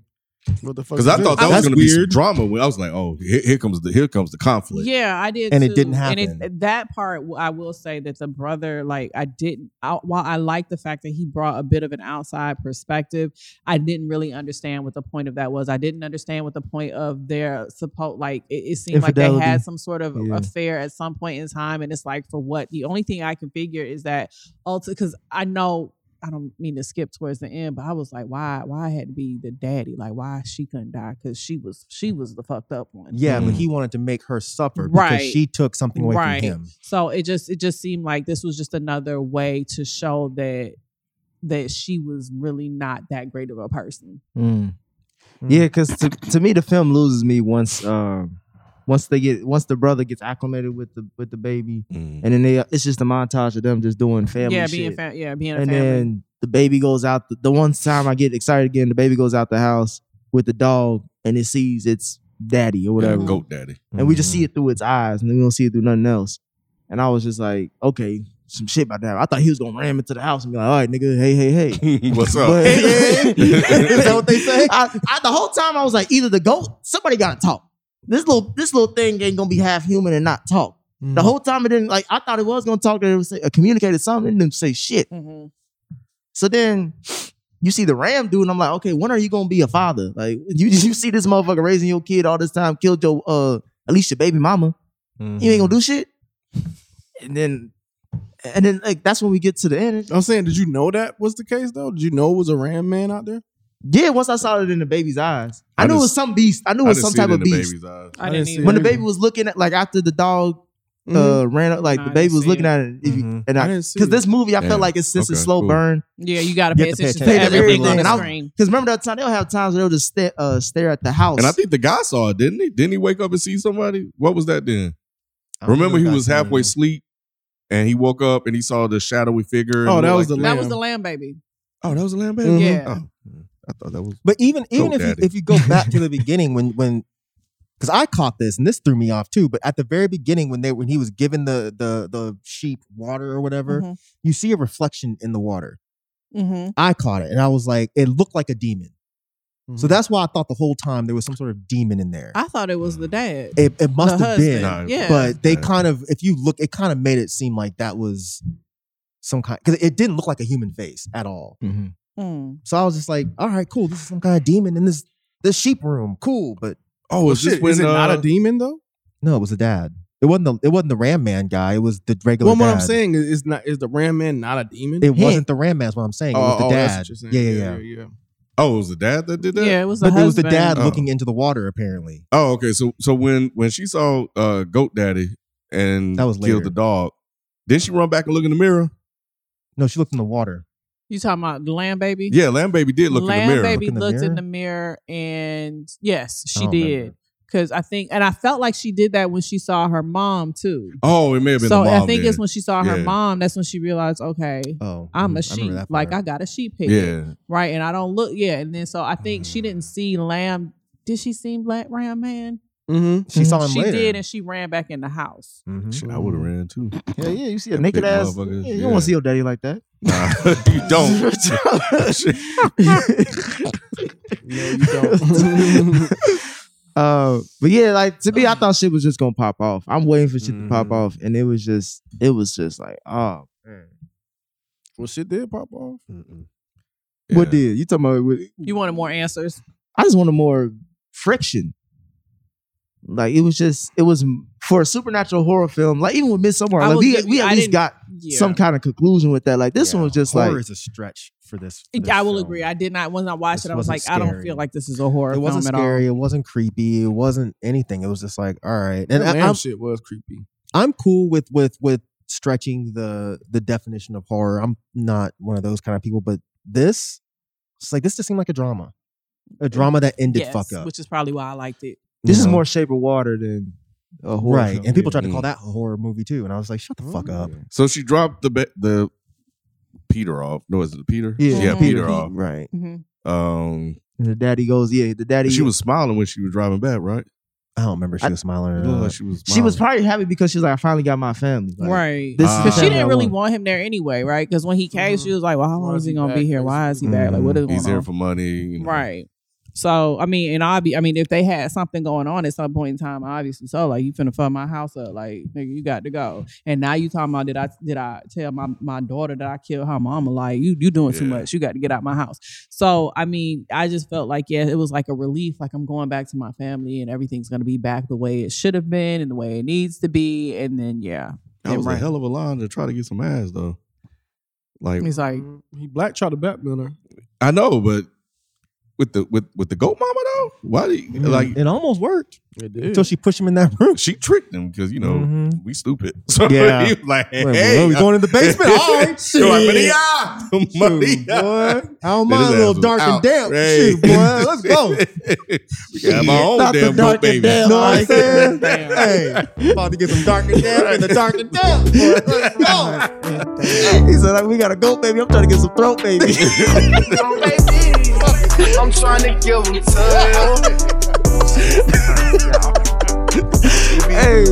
Speaker 3: What the fuck?
Speaker 1: Because
Speaker 3: is
Speaker 1: I
Speaker 3: this?
Speaker 1: thought that was
Speaker 5: That's
Speaker 1: going to be some
Speaker 5: weird.
Speaker 1: drama. When I was like, oh, here, here comes the here comes the [LAUGHS] conflict.
Speaker 4: Yeah, I did,
Speaker 5: And it
Speaker 4: too.
Speaker 5: didn't
Speaker 4: And
Speaker 5: happen.
Speaker 4: it, that part, w- I will say that the brother, like, I didn't. I, while I like the fact that he brought a bit of an outside perspective, I didn't really understand what the point of that was. I didn't understand what the point of their support. Like, it, it seemed like they
Speaker 5: Infidelity.
Speaker 4: had some sort of
Speaker 5: Yeah.
Speaker 4: affair at some point in time, and it's like for what? The only thing I can figure is that, because I know I don't mean to skip towards the end, but I was like, why? Why I had to be the daddy? Like, why she couldn't die? Because she was she was the fucked up one.
Speaker 5: Yeah, but
Speaker 1: Mm.
Speaker 5: he wanted to make her suffer because
Speaker 4: Right.
Speaker 5: she took something away
Speaker 4: Right.
Speaker 5: from him.
Speaker 4: So it just it just seemed like this was just another way to show that that she was really not that great of a person.
Speaker 2: Mm. Yeah, because to, to me the film loses me once um once they get once the brother gets acclimated with the with the baby, and then they it's just a montage of them just doing family
Speaker 4: yeah,
Speaker 2: shit.
Speaker 4: being fa- yeah, being a
Speaker 2: and
Speaker 4: family.
Speaker 2: then the baby goes out. The, the one time I get excited again, the baby goes out the house with the dog, and it sees its daddy or whatever,
Speaker 4: Mhm.
Speaker 1: Goat daddy.
Speaker 2: and we just see it through its eyes, and then we don't see it through nothing else. And I was just like, okay, some shit about that. I thought he was gonna ram into the house and be like, all right, nigga, hey, hey, hey.
Speaker 1: What's up?
Speaker 2: But- [LAUGHS]
Speaker 5: Is that what they say?
Speaker 2: I, I, the whole time I was like, either the goat, somebody gotta talk. This little this little thing ain't gonna be half human and not talk. The
Speaker 5: Mm.
Speaker 2: whole time it didn't like I thought it was gonna talk and it was say, uh, communicated something, it didn't say shit.
Speaker 4: Mhm.
Speaker 2: So then you see the ram dude, and I'm like, okay, when are you gonna be a father? Like you you see this motherfucker raising your kid all this time, killed your uh at least your baby mama. You ain't gonna do shit. And then and then like that's when we get to the end.
Speaker 3: I'm saying, did you know that was the case though? Did you know it was a ram man out there?
Speaker 2: Yeah, once I saw it in the baby's eyes, I,
Speaker 1: I
Speaker 2: knew it
Speaker 1: just-
Speaker 2: was some beast. I knew
Speaker 1: I
Speaker 2: it was
Speaker 1: didn't
Speaker 2: some
Speaker 1: see it
Speaker 2: type
Speaker 1: in
Speaker 2: of
Speaker 1: the
Speaker 5: Uh,
Speaker 2: beast.
Speaker 1: baby's eyes.
Speaker 4: I
Speaker 3: I
Speaker 4: didn't
Speaker 3: didn't see
Speaker 4: either.
Speaker 2: when the baby was looking at like after the dog
Speaker 3: Mhm.
Speaker 2: uh ran up, like
Speaker 4: Mm-hmm. Nah,
Speaker 2: the
Speaker 4: I
Speaker 2: baby
Speaker 4: didn't
Speaker 2: was
Speaker 4: see
Speaker 2: looking
Speaker 4: it. Mm-hmm.
Speaker 2: at it if you-
Speaker 5: Mhm.
Speaker 2: and
Speaker 3: I
Speaker 2: I
Speaker 3: didn't see
Speaker 2: because
Speaker 3: it.
Speaker 2: this movie I
Speaker 1: Yeah.
Speaker 2: felt like it's just a
Speaker 1: Okay,
Speaker 2: slow
Speaker 1: cool.
Speaker 2: burn
Speaker 4: yeah, you got to
Speaker 5: You
Speaker 4: pay
Speaker 5: have to pay
Speaker 4: attention to
Speaker 2: attention to
Speaker 4: everything on
Speaker 2: everything.
Speaker 4: the
Speaker 2: And I-
Speaker 4: screen.
Speaker 2: because remember that time they'll have times where they'll just stare uh stare at the house
Speaker 1: And I think the guy saw it, didn't he? Didn't he wake up and see somebody? What was that then?
Speaker 5: I don't
Speaker 1: Remember,
Speaker 5: know
Speaker 1: he
Speaker 5: if
Speaker 1: was
Speaker 5: that's-
Speaker 1: halfway asleep, and he woke up and he saw the shadowy figure. and
Speaker 3: Oh, that
Speaker 1: looked
Speaker 3: was
Speaker 1: like
Speaker 3: the
Speaker 4: That
Speaker 3: lamb.
Speaker 4: was the lamb baby.
Speaker 1: Oh, that was a lamb baby.
Speaker 5: Mm-hmm.
Speaker 3: Mhm.
Speaker 4: Yeah.
Speaker 1: Oh, I thought that was.
Speaker 5: But even even
Speaker 1: Goat
Speaker 5: if you,
Speaker 1: daddy.
Speaker 5: if you go back
Speaker 1: [LAUGHS]
Speaker 5: to the beginning when when because I caught this and this threw me off too. But at the very beginning when they when he was giving the the the sheep water or whatever,
Speaker 4: Mhm.
Speaker 5: you see a reflection in the water.
Speaker 4: Mm-hmm.
Speaker 5: I caught it and I was like, it looked like a demon. So
Speaker 3: Mhm.
Speaker 5: that's why I thought the whole time there was some sort of demon in there.
Speaker 4: Mm-hmm. I thought it was the dad.
Speaker 5: it, it must
Speaker 4: the
Speaker 5: have been,
Speaker 4: husband.
Speaker 1: No,
Speaker 4: yeah.
Speaker 5: but they
Speaker 1: Yeah.
Speaker 5: kind of if you look, it kind of made it seem like that was some kind because it didn't look like a human face at all.
Speaker 4: Mm.
Speaker 5: So I was just like, all right, cool. This is some kind of demon in this this sheep room. Cool, but
Speaker 1: Oh,
Speaker 3: Well,
Speaker 1: is this
Speaker 3: shit, is it
Speaker 1: when,
Speaker 3: not
Speaker 1: uh,
Speaker 3: a demon though?
Speaker 5: no, it was the dad. It wasn't the it wasn't the Ram Man guy. It was the regular.
Speaker 3: Well, what I'm
Speaker 5: dad.
Speaker 3: saying is, is not is the ram man not a demon? Oh,
Speaker 5: it wasn't the Ram Man. Is what I'm saying. It was the
Speaker 3: that's
Speaker 5: dad.
Speaker 3: what you're
Speaker 5: yeah, yeah,
Speaker 3: saying.
Speaker 5: yeah.
Speaker 3: yeah, yeah.
Speaker 1: Oh, it was the dad that did that.
Speaker 4: Yeah, it was the
Speaker 5: But it was the
Speaker 4: husband.
Speaker 5: dad
Speaker 1: Oh.
Speaker 5: looking into the water. Apparently,
Speaker 1: Oh, okay. So, so when when she saw uh, Goat Daddy and
Speaker 5: That was later.
Speaker 1: killed the dog, did she run back and look in the mirror?
Speaker 5: no, she looked in the water.
Speaker 4: You talking about the lamb baby?
Speaker 1: Yeah, Lamb Baby did look
Speaker 4: lamb
Speaker 1: in the mirror.
Speaker 4: baby
Speaker 5: Look in the
Speaker 4: looked in
Speaker 5: mirror?
Speaker 4: the mirror, and yes,
Speaker 5: I
Speaker 4: she
Speaker 5: don't
Speaker 4: did.
Speaker 5: remember.
Speaker 4: Because I think, and I felt like she did that when she saw her mom too.
Speaker 1: Oh, it may have been.
Speaker 4: So
Speaker 1: the mom
Speaker 4: I think
Speaker 1: then.
Speaker 4: it's when she saw her
Speaker 1: Yeah.
Speaker 4: mom. That's when she realized, okay,
Speaker 5: Oh,
Speaker 4: I'm a
Speaker 5: mm, I remember
Speaker 4: sheep.
Speaker 5: that
Speaker 4: Like I
Speaker 5: part.
Speaker 4: got a sheep head,
Speaker 1: Yeah.
Speaker 4: right? And I don't look. Yeah, and then so I think
Speaker 5: Mm.
Speaker 4: she didn't see lamb. Did she see black ram man?
Speaker 3: Mm-hmm.
Speaker 5: she saw him
Speaker 4: She
Speaker 5: later.
Speaker 4: did, and she ran back in the house.
Speaker 5: Mhm.
Speaker 1: Shit, I would have ran too.
Speaker 2: yeah yeah you see a
Speaker 1: Them
Speaker 2: naked
Speaker 1: big
Speaker 2: ass yeah, you
Speaker 1: motherfuckers,
Speaker 2: don't
Speaker 1: yeah.
Speaker 2: want to see your daddy like that
Speaker 1: Nah, [LAUGHS] you don't. Shit.
Speaker 2: [LAUGHS]
Speaker 1: [LAUGHS]
Speaker 3: No,
Speaker 5: [LAUGHS]
Speaker 3: you don't. [LAUGHS]
Speaker 2: Uh, but yeah, like to me, I thought shit was just gonna pop off. I'm waiting for shit to pop
Speaker 1: Mhm.
Speaker 2: off, and it was just, it was just like, oh, man.
Speaker 3: well, shit did pop off.
Speaker 2: what
Speaker 1: Yeah.
Speaker 2: did you talking about? What,
Speaker 4: You wanted more answers.
Speaker 2: I just wanted more friction. Like it was just, it was for a supernatural horror film. Like even with Midsummer,
Speaker 4: I
Speaker 2: like
Speaker 4: will
Speaker 2: we,
Speaker 4: give you-
Speaker 2: we at
Speaker 4: I
Speaker 2: least
Speaker 4: didn't-
Speaker 2: got
Speaker 4: Yeah.
Speaker 2: some kind of conclusion with that. Like this
Speaker 5: Yeah,
Speaker 2: one was just
Speaker 5: horror
Speaker 2: like,
Speaker 5: is a stretch for this. for this
Speaker 4: I will
Speaker 5: film.
Speaker 4: agree. I did not when I watched
Speaker 5: um, This
Speaker 4: it. I was like,
Speaker 5: wasn't
Speaker 4: I don't
Speaker 5: scary.
Speaker 4: feel like this is a horror
Speaker 5: it
Speaker 4: film
Speaker 5: wasn't
Speaker 4: at
Speaker 5: scary.
Speaker 4: all.
Speaker 5: It wasn't creepy. It wasn't anything. It was just like, all right.
Speaker 3: And
Speaker 5: And
Speaker 3: that
Speaker 5: I,
Speaker 3: lamb
Speaker 5: am
Speaker 3: shit was creepy.
Speaker 5: I'm cool with with with stretching the the definition of horror. I'm not one of those kind of people, but this, it's like this just seemed like a drama, a drama that ended
Speaker 4: Yes,
Speaker 5: fuck up,
Speaker 4: which is probably why I liked it.
Speaker 5: you
Speaker 2: this is
Speaker 5: know?
Speaker 2: more Shape of Water than a horror,
Speaker 5: right.
Speaker 2: film.
Speaker 5: And people tried to
Speaker 1: Mm.
Speaker 5: call that a horror movie too, and I was like, shut the fuck up.
Speaker 3: Oh.
Speaker 1: So she dropped the ba- the Peter off. No, is it Peter?
Speaker 2: Yeah,
Speaker 1: yeah,
Speaker 4: Mhm.
Speaker 1: Peter, off.
Speaker 5: Right.
Speaker 4: Mm-hmm.
Speaker 1: Um,
Speaker 2: And the daddy goes, yeah, the daddy.
Speaker 1: she was smiling when she was driving back, right?
Speaker 5: I don't remember if she
Speaker 2: I-
Speaker 5: was smiling or
Speaker 1: It looked
Speaker 5: not.
Speaker 1: like she was.
Speaker 2: she was
Speaker 1: smiling.
Speaker 2: probably happy because she was like, I finally got my family. Like, uh,
Speaker 4: right.
Speaker 2: This
Speaker 1: is
Speaker 4: Because she Mm-hmm.
Speaker 1: the family
Speaker 4: didn't
Speaker 2: I
Speaker 4: really
Speaker 2: want.
Speaker 4: want him there anyway, right? Because when he came,
Speaker 3: Mhm.
Speaker 4: she was like, "Well, how long
Speaker 3: Why
Speaker 4: is
Speaker 3: is
Speaker 4: he
Speaker 3: he
Speaker 4: gonna be
Speaker 3: back,
Speaker 4: here? Why is he
Speaker 5: basically?
Speaker 4: back? Like, what is going
Speaker 1: He's here
Speaker 4: on?"
Speaker 1: for money, you know.
Speaker 4: Right. So I mean, and I'll be. I mean, if they had something going on at some point in time, obviously. So like, you finna fuck my house up, like nigga, you got to go. And now you talking about did I did I tell my my daughter that I killed her mama? Like you you doing too
Speaker 1: Yeah.
Speaker 4: much. You got to get out my house. So I mean, I just felt like yeah, it was like a relief. Like I'm going back to my family, and everything's gonna be back the way it should have been and the way it needs to be. And then yeah,
Speaker 1: That was
Speaker 4: right.
Speaker 1: a hell of a line to try to get some ass though. Like
Speaker 4: He's like,
Speaker 3: Mm, he black tried to blackmail her.
Speaker 1: I know, but with the with with the goat mama though, why do
Speaker 4: Mm-hmm.
Speaker 1: you, like
Speaker 5: it almost worked
Speaker 3: It did.
Speaker 5: until she pushed him in that [LAUGHS] room.
Speaker 1: she tricked him because you know
Speaker 4: Mm-hmm.
Speaker 5: Mhm.
Speaker 1: we stupid. [LAUGHS]
Speaker 5: [LAUGHS]
Speaker 1: So
Speaker 5: Yeah.
Speaker 1: he was like,
Speaker 5: Wait, wait,
Speaker 1: hey,
Speaker 5: wait, we going in the
Speaker 1: [LAUGHS]
Speaker 5: basement. All right,
Speaker 1: They were like,
Speaker 5: shit.
Speaker 1: Maria,
Speaker 5: Shoot, boy. I don't
Speaker 1: Man,
Speaker 5: mind a
Speaker 1: his ass
Speaker 5: little
Speaker 1: was
Speaker 5: dark
Speaker 1: out.
Speaker 5: and damp.
Speaker 1: Right.
Speaker 5: Shoot, boy. Let's go.
Speaker 1: we got my own
Speaker 5: Not the
Speaker 1: damn
Speaker 5: dark
Speaker 1: goat
Speaker 5: and
Speaker 1: baby.
Speaker 5: damp, know what I'm saying?
Speaker 3: Damn.
Speaker 5: Hey, about to get some dark and damp in the dark and damp. Boy. Let's go.
Speaker 1: [LAUGHS]
Speaker 2: He said, like, we got a goat baby. I'm trying to get some throat baby.
Speaker 7: I'm trying to give them to
Speaker 2: hey.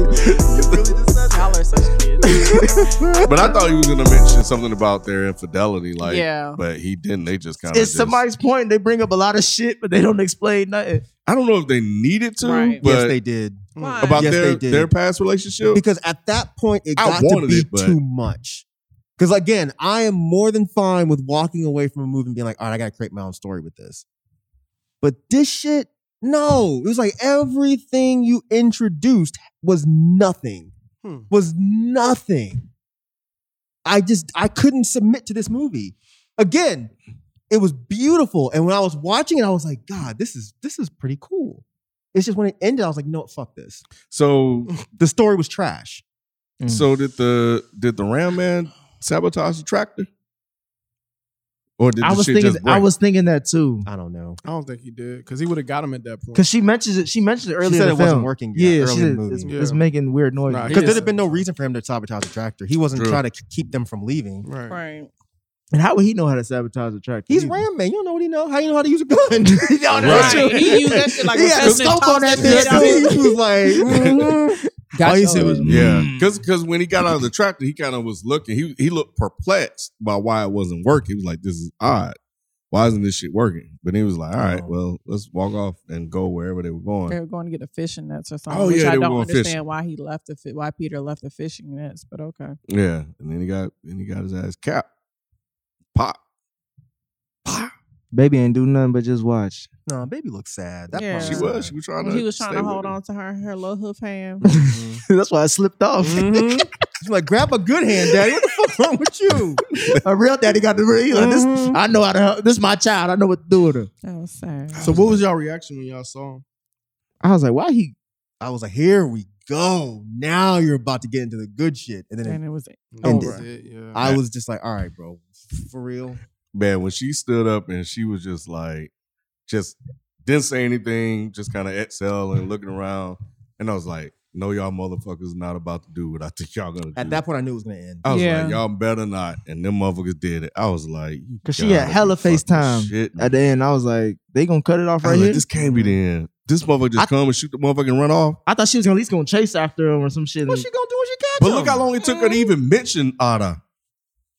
Speaker 4: y'all are such [LAUGHS] kids.
Speaker 1: [LAUGHS] But I thought he was gonna mention something about their infidelity, like, [LAUGHS]
Speaker 4: Yeah.
Speaker 1: but he didn't. They just kind of.
Speaker 2: It's somebody's point. They bring up a lot of shit, but they don't explain nothing.
Speaker 1: I don't know if they needed to,
Speaker 4: Right.
Speaker 1: but
Speaker 5: Yes, they did.
Speaker 1: about
Speaker 5: Yes,
Speaker 1: their
Speaker 5: they did.
Speaker 1: their past relationship.
Speaker 5: Because at that point, it
Speaker 1: I
Speaker 5: got to
Speaker 1: wanted
Speaker 5: be
Speaker 1: it, but-
Speaker 5: too much. Because again, I am more than fine with walking away from a movie and being like, all right, I got to create my own story with this. But this shit, no. It was like everything you introduced was nothing.
Speaker 3: Hmm.
Speaker 5: Was nothing. I just, I couldn't submit to this movie. Again, it was beautiful. And when I was watching it, I was like, God, this is, this is pretty cool. It's just when it ended, I was like, no, fuck this.
Speaker 1: So
Speaker 5: The story was trash.
Speaker 2: Mm.
Speaker 1: so did the did the Ram Man sabotage the tractor? Or did
Speaker 2: I
Speaker 1: the
Speaker 2: was
Speaker 1: shit
Speaker 2: thinking.
Speaker 1: just break?
Speaker 2: I was thinking that
Speaker 4: Oh.
Speaker 2: too.
Speaker 5: I don't know.
Speaker 3: I don't think he did because he would have got him at that point.
Speaker 2: Cause she mentions it. She mentioned it earlier.
Speaker 5: She said
Speaker 2: in the
Speaker 5: it wasn't
Speaker 2: film.
Speaker 5: working yet,
Speaker 2: Yeah,
Speaker 5: early
Speaker 2: she
Speaker 5: in the
Speaker 2: said
Speaker 5: movie.
Speaker 2: It's,
Speaker 3: Yeah.
Speaker 2: it's making weird noises.
Speaker 3: Nah, he
Speaker 5: Because
Speaker 3: is
Speaker 5: there'd have been no
Speaker 3: sabotage.
Speaker 5: reason for him to sabotage the tractor. He wasn't
Speaker 1: True.
Speaker 5: trying to k- keep them from leaving.
Speaker 3: Right.
Speaker 4: Right.
Speaker 2: and how would he know how to sabotage a tractor?
Speaker 5: He's
Speaker 2: either?
Speaker 5: Ram Man. You don't know what he know. How you know how to use a gun?
Speaker 2: No,
Speaker 5: [LAUGHS]
Speaker 1: Right.
Speaker 2: that's true.
Speaker 4: He used that shit like
Speaker 2: he
Speaker 4: a
Speaker 2: had a
Speaker 4: testing
Speaker 2: scope on that
Speaker 4: tool.
Speaker 2: bitch.
Speaker 4: Yeah.
Speaker 5: [LAUGHS] he was like,
Speaker 2: [LAUGHS]
Speaker 5: mhm.
Speaker 2: All he said was,
Speaker 1: Yeah, because when he got out of the tractor, he kind of was looking. He he looked perplexed by why it wasn't working. He was like, "This is odd. Why isn't this shit working?" But he was like, "All right,
Speaker 5: Oh.
Speaker 1: well, let's walk off and go wherever they were
Speaker 4: They
Speaker 1: going."
Speaker 4: were going to get a fishing nets or something.
Speaker 1: Oh,
Speaker 4: which
Speaker 1: yeah,
Speaker 4: I
Speaker 1: they were
Speaker 4: don't
Speaker 1: going
Speaker 4: understand
Speaker 1: fishing.
Speaker 4: why he left the fi- why Peter left the fishing nets, but okay.
Speaker 1: Yeah, and then he got and he got his ass capped. Pop. Pop.
Speaker 2: "Baby ain't do nothing but just watch." [LAUGHS]
Speaker 5: "No, baby looks sad." That
Speaker 4: Yeah.
Speaker 5: part
Speaker 1: She was. She was trying to.
Speaker 4: he was trying
Speaker 1: stay
Speaker 4: to
Speaker 1: with
Speaker 4: hold
Speaker 1: him.
Speaker 4: on to her her little hoof
Speaker 1: [LAUGHS]
Speaker 4: hand.
Speaker 5: Mhm.
Speaker 2: that's why I slipped off.
Speaker 4: Mm-hmm.
Speaker 5: Mhm. She's like, "Grab a good hand, daddy. What the fuck's wrong with you?"
Speaker 2: [LAUGHS] a real daddy got the real. Like, this,
Speaker 5: Mhm.
Speaker 2: I know how to help. This is my child. I know what to do with her.
Speaker 4: That was sad.
Speaker 3: So what was y'all reaction when y'all saw him?
Speaker 2: [LAUGHS] I was like, why he?
Speaker 5: I was like, "Here we go. Now you're about to get into the good shit." And then
Speaker 4: And it was
Speaker 5: Ended.
Speaker 3: That was it, yeah.
Speaker 5: Oh, I was just like, "All right, bro, for real."
Speaker 1: man, when she stood up and she was just like, just didn't say anything, just kind of exhale
Speaker 2: Mm-hmm.
Speaker 1: and looking around. And I was like, no, y'all motherfuckers not about to do what I think y'all gonna do.
Speaker 5: At that point, I knew it was gonna end.
Speaker 1: I was
Speaker 4: Yeah.
Speaker 1: like, y'all better not. And them motherfuckers did it. I was like, you
Speaker 2: 'Cause she had
Speaker 1: gotta
Speaker 2: hella
Speaker 1: be fucking
Speaker 2: FaceTime
Speaker 1: shitting me.
Speaker 2: At the end, I was like, they gonna cut it off
Speaker 1: I
Speaker 2: right
Speaker 1: was like,
Speaker 2: here.
Speaker 1: this can't be the end. This motherfucker just
Speaker 2: I-
Speaker 1: come and shoot the motherfucker and run off.
Speaker 2: I thought she was gonna at least gonna chase after him or some shit.
Speaker 5: What's she gonna do when she catch
Speaker 1: But
Speaker 5: him?
Speaker 1: look how long it took her
Speaker 4: Mm.
Speaker 1: to even mention Ada.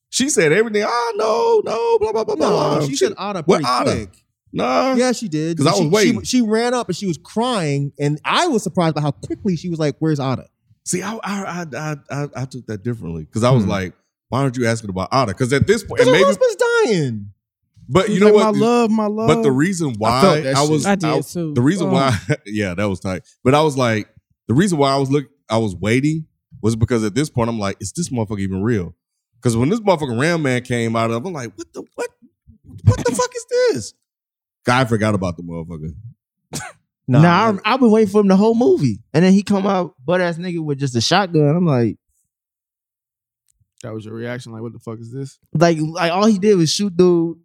Speaker 1: She said everything. Ah, no, no, blah blah blah blah.
Speaker 5: No,
Speaker 1: blah.
Speaker 5: she said Ada
Speaker 1: What
Speaker 5: pretty
Speaker 1: Ada?
Speaker 5: quick.
Speaker 1: nah.
Speaker 5: Yeah, she did.
Speaker 1: 'Cause I was
Speaker 5: she,
Speaker 1: waiting.
Speaker 5: She, she ran up and she was crying, and I was surprised by how quickly she was like, "Where's Ada?"
Speaker 1: See, I I I I, I took that differently because I was
Speaker 5: mm.
Speaker 2: Hmm.
Speaker 1: like, why aren't you asking about Otta? Because at this point,
Speaker 5: Because
Speaker 1: and
Speaker 5: her
Speaker 1: maybe,
Speaker 5: husband's dying.
Speaker 1: but
Speaker 3: He
Speaker 1: you
Speaker 3: was
Speaker 1: know
Speaker 3: like,
Speaker 1: what?
Speaker 3: My love, my love.
Speaker 1: but the reason why
Speaker 3: felt that
Speaker 1: I,
Speaker 3: shit.
Speaker 1: was
Speaker 4: I did
Speaker 1: I-
Speaker 4: too.
Speaker 1: the reason
Speaker 4: Oh.
Speaker 1: why [LAUGHS] yeah that was tight. But I was like the reason why I was look I was waiting was because at this point I'm like, is this motherfucker even real? Because when this motherfucking Ram Man came out of, I'm like, what the what what the fuck is this? Guy forgot about the motherfucker.
Speaker 2: Nah, I, I've been waiting for him the whole movie, and then he come out butt ass nigga with just a shotgun. I'm like,
Speaker 3: that was your reaction. Like, what the fuck is this?
Speaker 2: like, like all he did was shoot dude,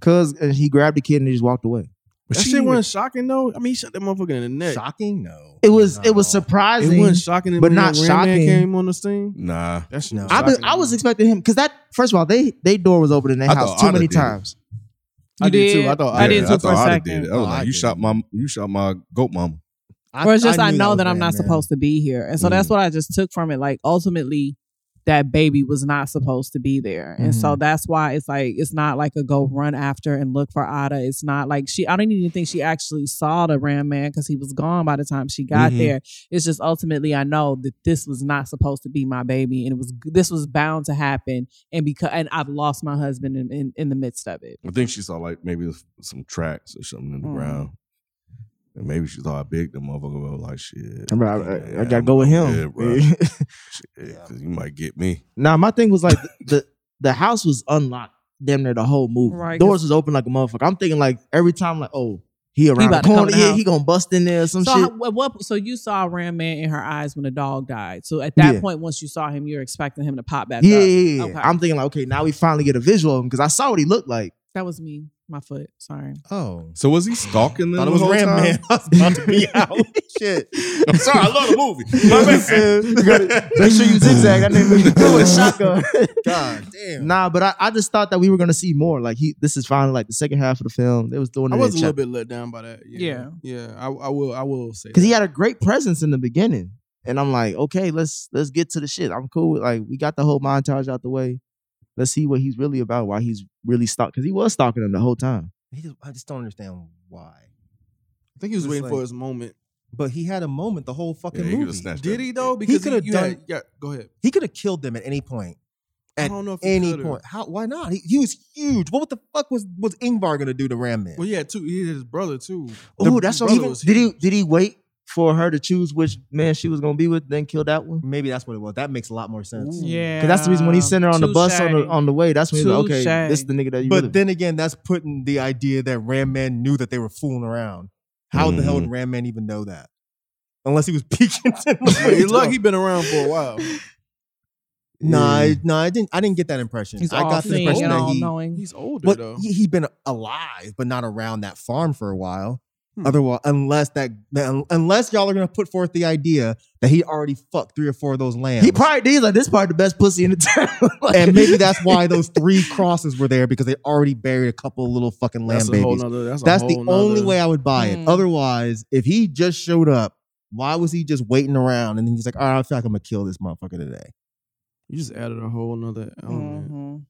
Speaker 2: cause and he grabbed the kid and he just walked away.
Speaker 3: That shit wasn't shocking though. I mean, he shot that motherfucker in the neck.
Speaker 5: shocking. No,
Speaker 2: It was
Speaker 5: Not
Speaker 2: it was
Speaker 5: at all.
Speaker 3: It
Speaker 2: surprising.
Speaker 3: wasn't shocking,
Speaker 2: but
Speaker 3: when
Speaker 2: not
Speaker 3: that Ram Man
Speaker 2: shocking.
Speaker 3: Came on the scene.
Speaker 1: Nah.
Speaker 3: That shit.
Speaker 5: No.
Speaker 3: was
Speaker 2: I was
Speaker 3: shocking.
Speaker 2: I was expecting him because that first of all they they door was open in their
Speaker 1: I
Speaker 2: house
Speaker 1: thought
Speaker 2: too
Speaker 1: Otta
Speaker 2: many
Speaker 1: did it.
Speaker 2: times.
Speaker 3: I
Speaker 4: Oh, You
Speaker 3: did,
Speaker 4: did?
Speaker 3: too. I thought
Speaker 4: I did too
Speaker 1: Yeah, I
Speaker 4: for a
Speaker 1: thought Otta
Speaker 4: second.
Speaker 1: did it. I was
Speaker 5: Oh, I
Speaker 1: like, you
Speaker 5: did.
Speaker 1: shot my you shot my goat mama.
Speaker 4: Or it's just I,
Speaker 5: knew
Speaker 4: know
Speaker 5: was
Speaker 4: that I'm not
Speaker 5: Ram Man.
Speaker 4: supposed to be here. And so that's
Speaker 1: Mm.
Speaker 4: what I just took from it. Like ultimately that baby was not supposed to be there. And so that's why it's like it's not like a go run after and look for Ada. It's not like she I don't even think she actually saw the ram man because he was gone by the time she got
Speaker 1: Mhm.
Speaker 4: there. It's just ultimately I know that this was not supposed to be my baby and it was this was bound to happen and because and I've lost my husband in, in, in the midst of it.
Speaker 1: I think she saw like maybe some tracks or something in the
Speaker 4: Mm.
Speaker 1: ground. And maybe she thought how big the motherfucker was like shit.
Speaker 2: I'm like, I, I, I gotta go with [LAUGHS]
Speaker 1: Yeah,
Speaker 2: him.
Speaker 1: bro. Shit, 'cause you might get me.
Speaker 2: Nah, my thing was like the the house was unlocked damn near the whole movie.
Speaker 4: Right,
Speaker 2: Doors was open like a motherfucker. I'm thinking like every time like oh he around the
Speaker 4: about to come
Speaker 2: corner
Speaker 4: to the
Speaker 2: yeah
Speaker 4: house.
Speaker 2: he gonna bust in there or some
Speaker 8: so
Speaker 2: shit.
Speaker 8: how, what, what- So you saw Ram Man in her eyes when the dog died. So at that
Speaker 2: Yeah.
Speaker 8: point, once you saw him, you're expecting him to pop back
Speaker 2: yeah,
Speaker 8: up.
Speaker 2: yeah, yeah.
Speaker 8: Okay.
Speaker 2: I'm thinking like okay now we finally get a visual of him because I saw what he looked like.
Speaker 8: That was me. My foot. Sorry.
Speaker 5: Oh.
Speaker 1: So was he stalking them?
Speaker 5: Thought it
Speaker 1: the
Speaker 5: was
Speaker 1: whole
Speaker 5: Ram
Speaker 1: time?
Speaker 5: Man. [LAUGHS] I was about to
Speaker 1: [LAUGHS]
Speaker 5: be out. Shit.
Speaker 1: I'm sorry, I love the movie. My bad.
Speaker 2: Make sure you zigzag. I didn't even do a shotgun.
Speaker 5: God damn.
Speaker 2: Nah, but I, I just thought that we were gonna see more. Like he, this is finally like the second half of the film. They was doing.
Speaker 3: I
Speaker 2: it
Speaker 3: was a
Speaker 2: in
Speaker 3: little
Speaker 2: chap-
Speaker 3: bit let down by that. Yeah, yeah. I, I will. I will say
Speaker 2: because he had
Speaker 3: that.
Speaker 2: a great presence in the beginning, and I'm like, okay, let's let's get to the shit. I'm cool. With, like we got the whole montage out the way. Let's see what he's really about. Why he's really stalking? Because he was stalking him the whole time.
Speaker 5: He just, I just don't understand why.
Speaker 3: I think he was
Speaker 5: It's
Speaker 3: waiting
Speaker 5: like-
Speaker 3: for his moment.
Speaker 5: But he had a moment the whole fucking
Speaker 1: Yeah, he could've
Speaker 5: movie.
Speaker 1: snatched
Speaker 3: Did
Speaker 1: that.
Speaker 3: he though? Because
Speaker 5: could've
Speaker 3: you
Speaker 5: done-
Speaker 3: had- yeah, go ahead.
Speaker 5: He could have killed them at any point.
Speaker 3: I
Speaker 5: At
Speaker 3: don't know if he
Speaker 5: Any
Speaker 3: could've.
Speaker 5: point. How why not? He, he was huge. What the fuck was was Ingvar gonna do to Ram Man?
Speaker 3: Well, yeah, too. He had his brother too.
Speaker 2: Oh,
Speaker 3: The
Speaker 2: that's what
Speaker 3: brother
Speaker 2: he
Speaker 3: was
Speaker 2: did. He [LAUGHS]
Speaker 3: huge.
Speaker 2: did he wait for her to choose which man she was gonna be with, then kill that one?
Speaker 5: Maybe that's what it was. That makes a lot more sense.
Speaker 8: Yeah.
Speaker 2: Because that's the reason when he sent her on the bus on the on the way. That's when he's like, okay,
Speaker 8: Touche.
Speaker 2: this is the nigga that you. really-
Speaker 5: But then again, that's putting the idea that Ram Man knew that they were fooling around. How the hell
Speaker 1: Mhm.
Speaker 5: did Ram Man even know that? Unless he was [LAUGHS] peeking.
Speaker 3: Hey, look, he been around for a while.
Speaker 5: Nah,
Speaker 2: Yeah.
Speaker 5: I- nah, I didn't. I didn't get that impression.
Speaker 8: He's
Speaker 5: I got the
Speaker 8: all-seeing
Speaker 5: impression
Speaker 8: and
Speaker 5: that he,
Speaker 8: all-knowing.
Speaker 3: He's older
Speaker 5: but
Speaker 3: though.
Speaker 5: he he been alive, but not around that farm for a while.
Speaker 3: Hmm.
Speaker 5: Otherwise, unless that, that- unless y'all are gonna put forth the idea that he already fucked three or four of those
Speaker 2: [LAUGHS]
Speaker 5: lambs,
Speaker 2: He probably did. He's Like this part, the best pussy in the town. [LAUGHS]
Speaker 8: [LAUGHS]
Speaker 2: Like-
Speaker 5: and maybe that's why those three crosses were there because they already buried a couple of little fucking lamb
Speaker 3: that's a
Speaker 5: babies.
Speaker 3: whole nother. That's, a
Speaker 5: That's the
Speaker 3: whole
Speaker 5: only
Speaker 3: nother-
Speaker 5: way I would buy it.
Speaker 8: Hmm.
Speaker 5: Otherwise, if he just showed up, why was he just waiting around? And then he's like, all right, I feel like I'm gonna kill this motherfucker today.
Speaker 3: You just added a whole nother
Speaker 2: oh,
Speaker 3: element.
Speaker 8: Mhm.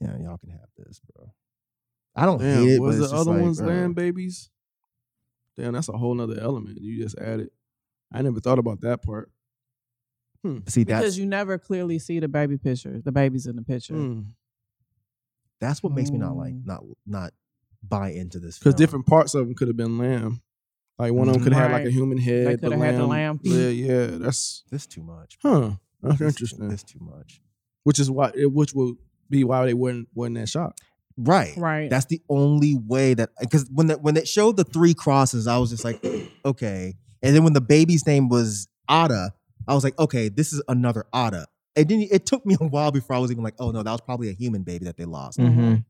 Speaker 5: Yeah, y'all can have this, bro. I don't hate
Speaker 3: Damn,
Speaker 5: it,
Speaker 3: was
Speaker 5: but
Speaker 3: the
Speaker 5: it's just
Speaker 3: other
Speaker 5: like,
Speaker 3: one's
Speaker 5: bro.
Speaker 3: land babies? Damn, that's a whole nother element you just added. I never thought about that part.
Speaker 5: See,
Speaker 8: Because
Speaker 5: that's
Speaker 8: you never clearly see the baby picture. The baby's in the picture.
Speaker 2: Mm.
Speaker 5: that's what makes me not like
Speaker 8: Mm.
Speaker 5: not not buy into this
Speaker 3: Because
Speaker 5: film.
Speaker 3: different parts of them could have been lamb. Like one of them could have had like a
Speaker 8: Right.
Speaker 3: human head.
Speaker 8: They
Speaker 3: but
Speaker 8: coulda had the lamb feet.
Speaker 3: Yeah, yeah. That's
Speaker 5: This too much.
Speaker 3: huh. That's
Speaker 5: This-
Speaker 3: interesting.
Speaker 5: This too much.
Speaker 3: Which is why, it- which would be why they weren't wasn't that shocked.
Speaker 5: Right.
Speaker 8: Right.
Speaker 5: That's the only way that because when that when it showed the three crosses, I was just like, [CLEARS THROAT] okay. And then when the baby's name was Ada, I was like, okay, this is another Ada. It didn't. It took me a while before I was even like, oh no, that was probably a human baby that they lost.
Speaker 2: Mhm.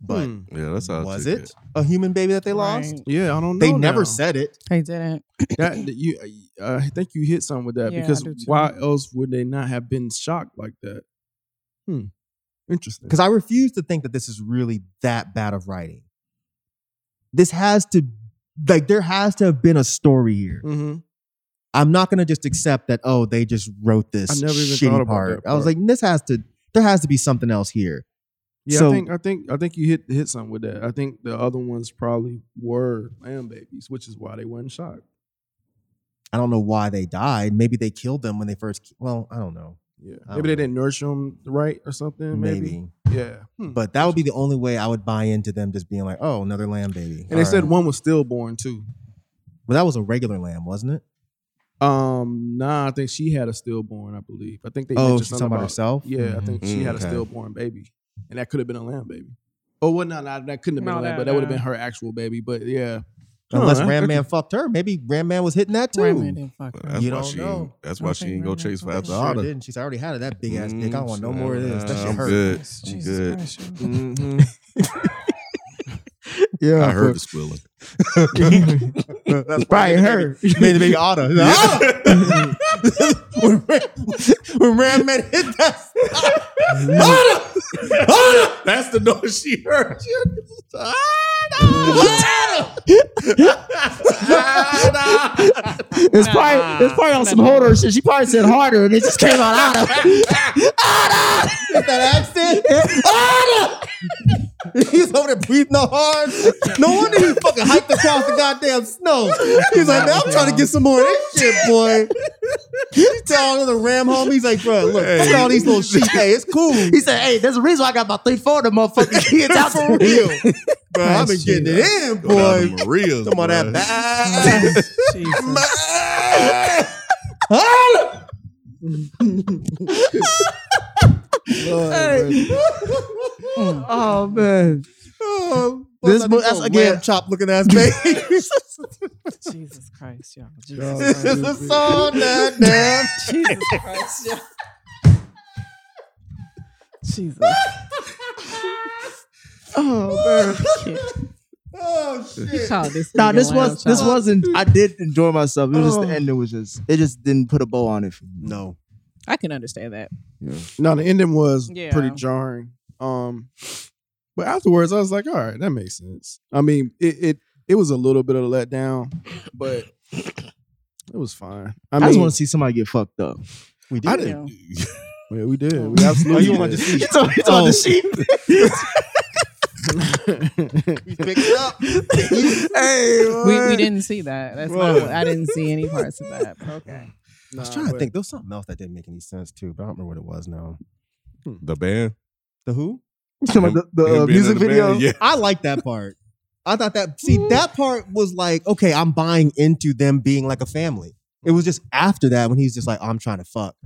Speaker 5: But
Speaker 3: Hmm.
Speaker 1: Yeah, that's how I
Speaker 5: was
Speaker 1: took
Speaker 5: it a human baby that they lost?
Speaker 8: Right.
Speaker 3: yeah, I don't know.
Speaker 5: They never
Speaker 3: now.
Speaker 5: said it.
Speaker 8: They didn't.
Speaker 3: that. that You, uh, I think you hit something with that
Speaker 8: Yeah, I
Speaker 3: because
Speaker 8: do too.
Speaker 3: why else would they not have been shocked like that? Hmm. Interesting.
Speaker 5: because I refuse to think that this is really that bad of writing. This has to, like, there has to have been a story here.
Speaker 3: Mhm.
Speaker 5: I'm not gonna just accept that. Oh, they just wrote this.
Speaker 3: I never even
Speaker 5: shitty
Speaker 3: thought about
Speaker 5: part.
Speaker 3: that
Speaker 5: I was
Speaker 3: part.
Speaker 5: like, this has to. There has to be something else here.
Speaker 3: Yeah,
Speaker 5: So-
Speaker 3: I think I think I think you hit hit something with that. I think the other ones probably were lamb babies, which is why they weren't shocked.
Speaker 5: I don't know why they died. Maybe they killed them when they first. ki- Well, I don't know.
Speaker 3: Yeah,
Speaker 5: I
Speaker 3: maybe
Speaker 5: don't
Speaker 3: they
Speaker 5: know.
Speaker 3: didn't nurture them right or something.
Speaker 5: Maybe.
Speaker 3: Maybe, yeah. Hmm.
Speaker 5: But that would be the only way I would buy into them just being like, oh, another lamb baby.
Speaker 3: and they said one was stillborn too.
Speaker 5: well, that was a regular lamb, wasn't it?
Speaker 3: Um, nah, I think she had a stillborn. I believe. I think they.
Speaker 5: Oh,
Speaker 3: mentioned
Speaker 5: she's
Speaker 3: something
Speaker 5: talking about herself. Mm-hmm.
Speaker 3: Yeah, I think she
Speaker 1: Mm,
Speaker 3: had
Speaker 5: okay.
Speaker 3: a stillborn baby, and that could have been a lamb baby. Oh well, no, no, that couldn't have been
Speaker 8: No,
Speaker 3: a lamb,
Speaker 8: no,
Speaker 3: but that would have
Speaker 8: no.
Speaker 3: been her actual baby. But yeah,
Speaker 5: Unless
Speaker 3: Huh,
Speaker 5: Ram Man fucked her, maybe Ram Man was hitting that too.
Speaker 8: Ram Man didn't fuck
Speaker 1: it.
Speaker 8: her.
Speaker 1: That's
Speaker 5: You
Speaker 1: why
Speaker 5: don't
Speaker 1: she.
Speaker 5: know.
Speaker 1: That's why
Speaker 8: I
Speaker 1: she
Speaker 8: think
Speaker 1: ain't go
Speaker 8: Ram
Speaker 1: chase for
Speaker 8: Man
Speaker 1: after
Speaker 8: fucked
Speaker 5: Sure
Speaker 1: Otter.
Speaker 5: didn't. She's already had that big ass dick. I don't want
Speaker 3: Mm,
Speaker 5: no more of this. That shit
Speaker 1: I'm
Speaker 5: hurt.
Speaker 1: good. I'm
Speaker 8: Jesus
Speaker 1: good.
Speaker 8: Christ, y'all.
Speaker 2: Mm.
Speaker 8: [LAUGHS]
Speaker 5: Mm-hmm.
Speaker 2: yeah,
Speaker 3: [LAUGHS]
Speaker 1: I heard the squealing.
Speaker 5: [LAUGHS] That's
Speaker 2: probably her.
Speaker 5: Maybe maybe
Speaker 3: [LAUGHS]
Speaker 5: Otter. Ah! [LAUGHS] when, Ram, when Ram Man hit
Speaker 1: [LAUGHS]
Speaker 5: that, Otter, Otter.
Speaker 1: That's the noise she heard.
Speaker 5: [LAUGHS]
Speaker 2: It's probably it's probably on some holder shit. She probably said harder, and it just came out out of.
Speaker 5: With that accent, Otter. He's over there breathing all hard. No wonder he fucking hiked across the goddamn snow. He's like, man, I'm trying to get some more of this shit, boy. He's telling all the ram home. He's like, bro, look,
Speaker 1: Hey.
Speaker 5: fuck all these little sheep. Hey, it's cool.
Speaker 2: He said, "Hey, there's a reason why I got about three, four of them motherfucking kids out
Speaker 5: [LAUGHS] for
Speaker 2: there."
Speaker 5: real. Bro,
Speaker 2: That
Speaker 5: I've been
Speaker 2: shit.
Speaker 5: getting it in,
Speaker 1: Go down
Speaker 5: boy.
Speaker 1: to Maria's.
Speaker 5: Come on,
Speaker 1: boy.
Speaker 5: that back.
Speaker 8: Jesus.
Speaker 5: Back.
Speaker 3: Lord,
Speaker 2: oh man.
Speaker 5: Oh,
Speaker 2: This
Speaker 5: this
Speaker 2: mo-
Speaker 5: that's again chop looking ass [LAUGHS] baby.
Speaker 9: Jesus Christ, y'all.
Speaker 3: God,
Speaker 9: Jesus
Speaker 5: this is
Speaker 9: Christ.
Speaker 5: a song that damn. [LAUGHS]
Speaker 9: Jesus Christ, y'all.
Speaker 4: [LAUGHS]
Speaker 9: Jesus.
Speaker 2: Oh man.
Speaker 4: [LAUGHS]
Speaker 9: Yeah.
Speaker 5: Oh
Speaker 9: He
Speaker 2: [LAUGHS]
Speaker 5: shit.
Speaker 9: called this.
Speaker 2: Nah,
Speaker 9: nigga
Speaker 2: this
Speaker 9: lounge
Speaker 2: was this
Speaker 9: child.
Speaker 2: wasn't. I did enjoy myself. It was
Speaker 5: Oh.
Speaker 2: just the ending was just it just didn't put a bow on it. For me.
Speaker 5: No.
Speaker 4: I can understand that.
Speaker 3: No, the ending was
Speaker 4: Yeah.
Speaker 3: pretty jarring. Um, but afterwards, I was like, all right, that makes sense. I mean, it it, it was a little bit of a letdown, but it was fine. I,
Speaker 2: I,
Speaker 3: mean,
Speaker 2: just want to see somebody get fucked
Speaker 5: [LAUGHS]
Speaker 2: up.
Speaker 5: We did.
Speaker 3: I
Speaker 5: it.
Speaker 3: didn't. Yeah, we did.
Speaker 4: Oh.
Speaker 3: We absolutely.
Speaker 5: Oh, you wanted to Oh.
Speaker 2: [LAUGHS]
Speaker 3: did.
Speaker 2: It's on, it's on the sheep.
Speaker 5: We picked it up.
Speaker 4: We, we didn't see that. That's not
Speaker 3: What?
Speaker 4: what I didn't see any parts of
Speaker 1: [LAUGHS]
Speaker 4: that. but Okay.
Speaker 5: I was trying to think. There was something else that didn't make any sense too, but I don't remember what it was now.
Speaker 1: The band.
Speaker 5: The who?
Speaker 2: Some of the, the uh,
Speaker 1: Him being in
Speaker 2: music
Speaker 1: the
Speaker 2: video.
Speaker 1: band, Yeah.
Speaker 5: I like that part. I thought that see
Speaker 4: Mm.
Speaker 5: that part was like okay, I'm buying into them being like a family. It was just after that when he was just like, I'm trying to fuck.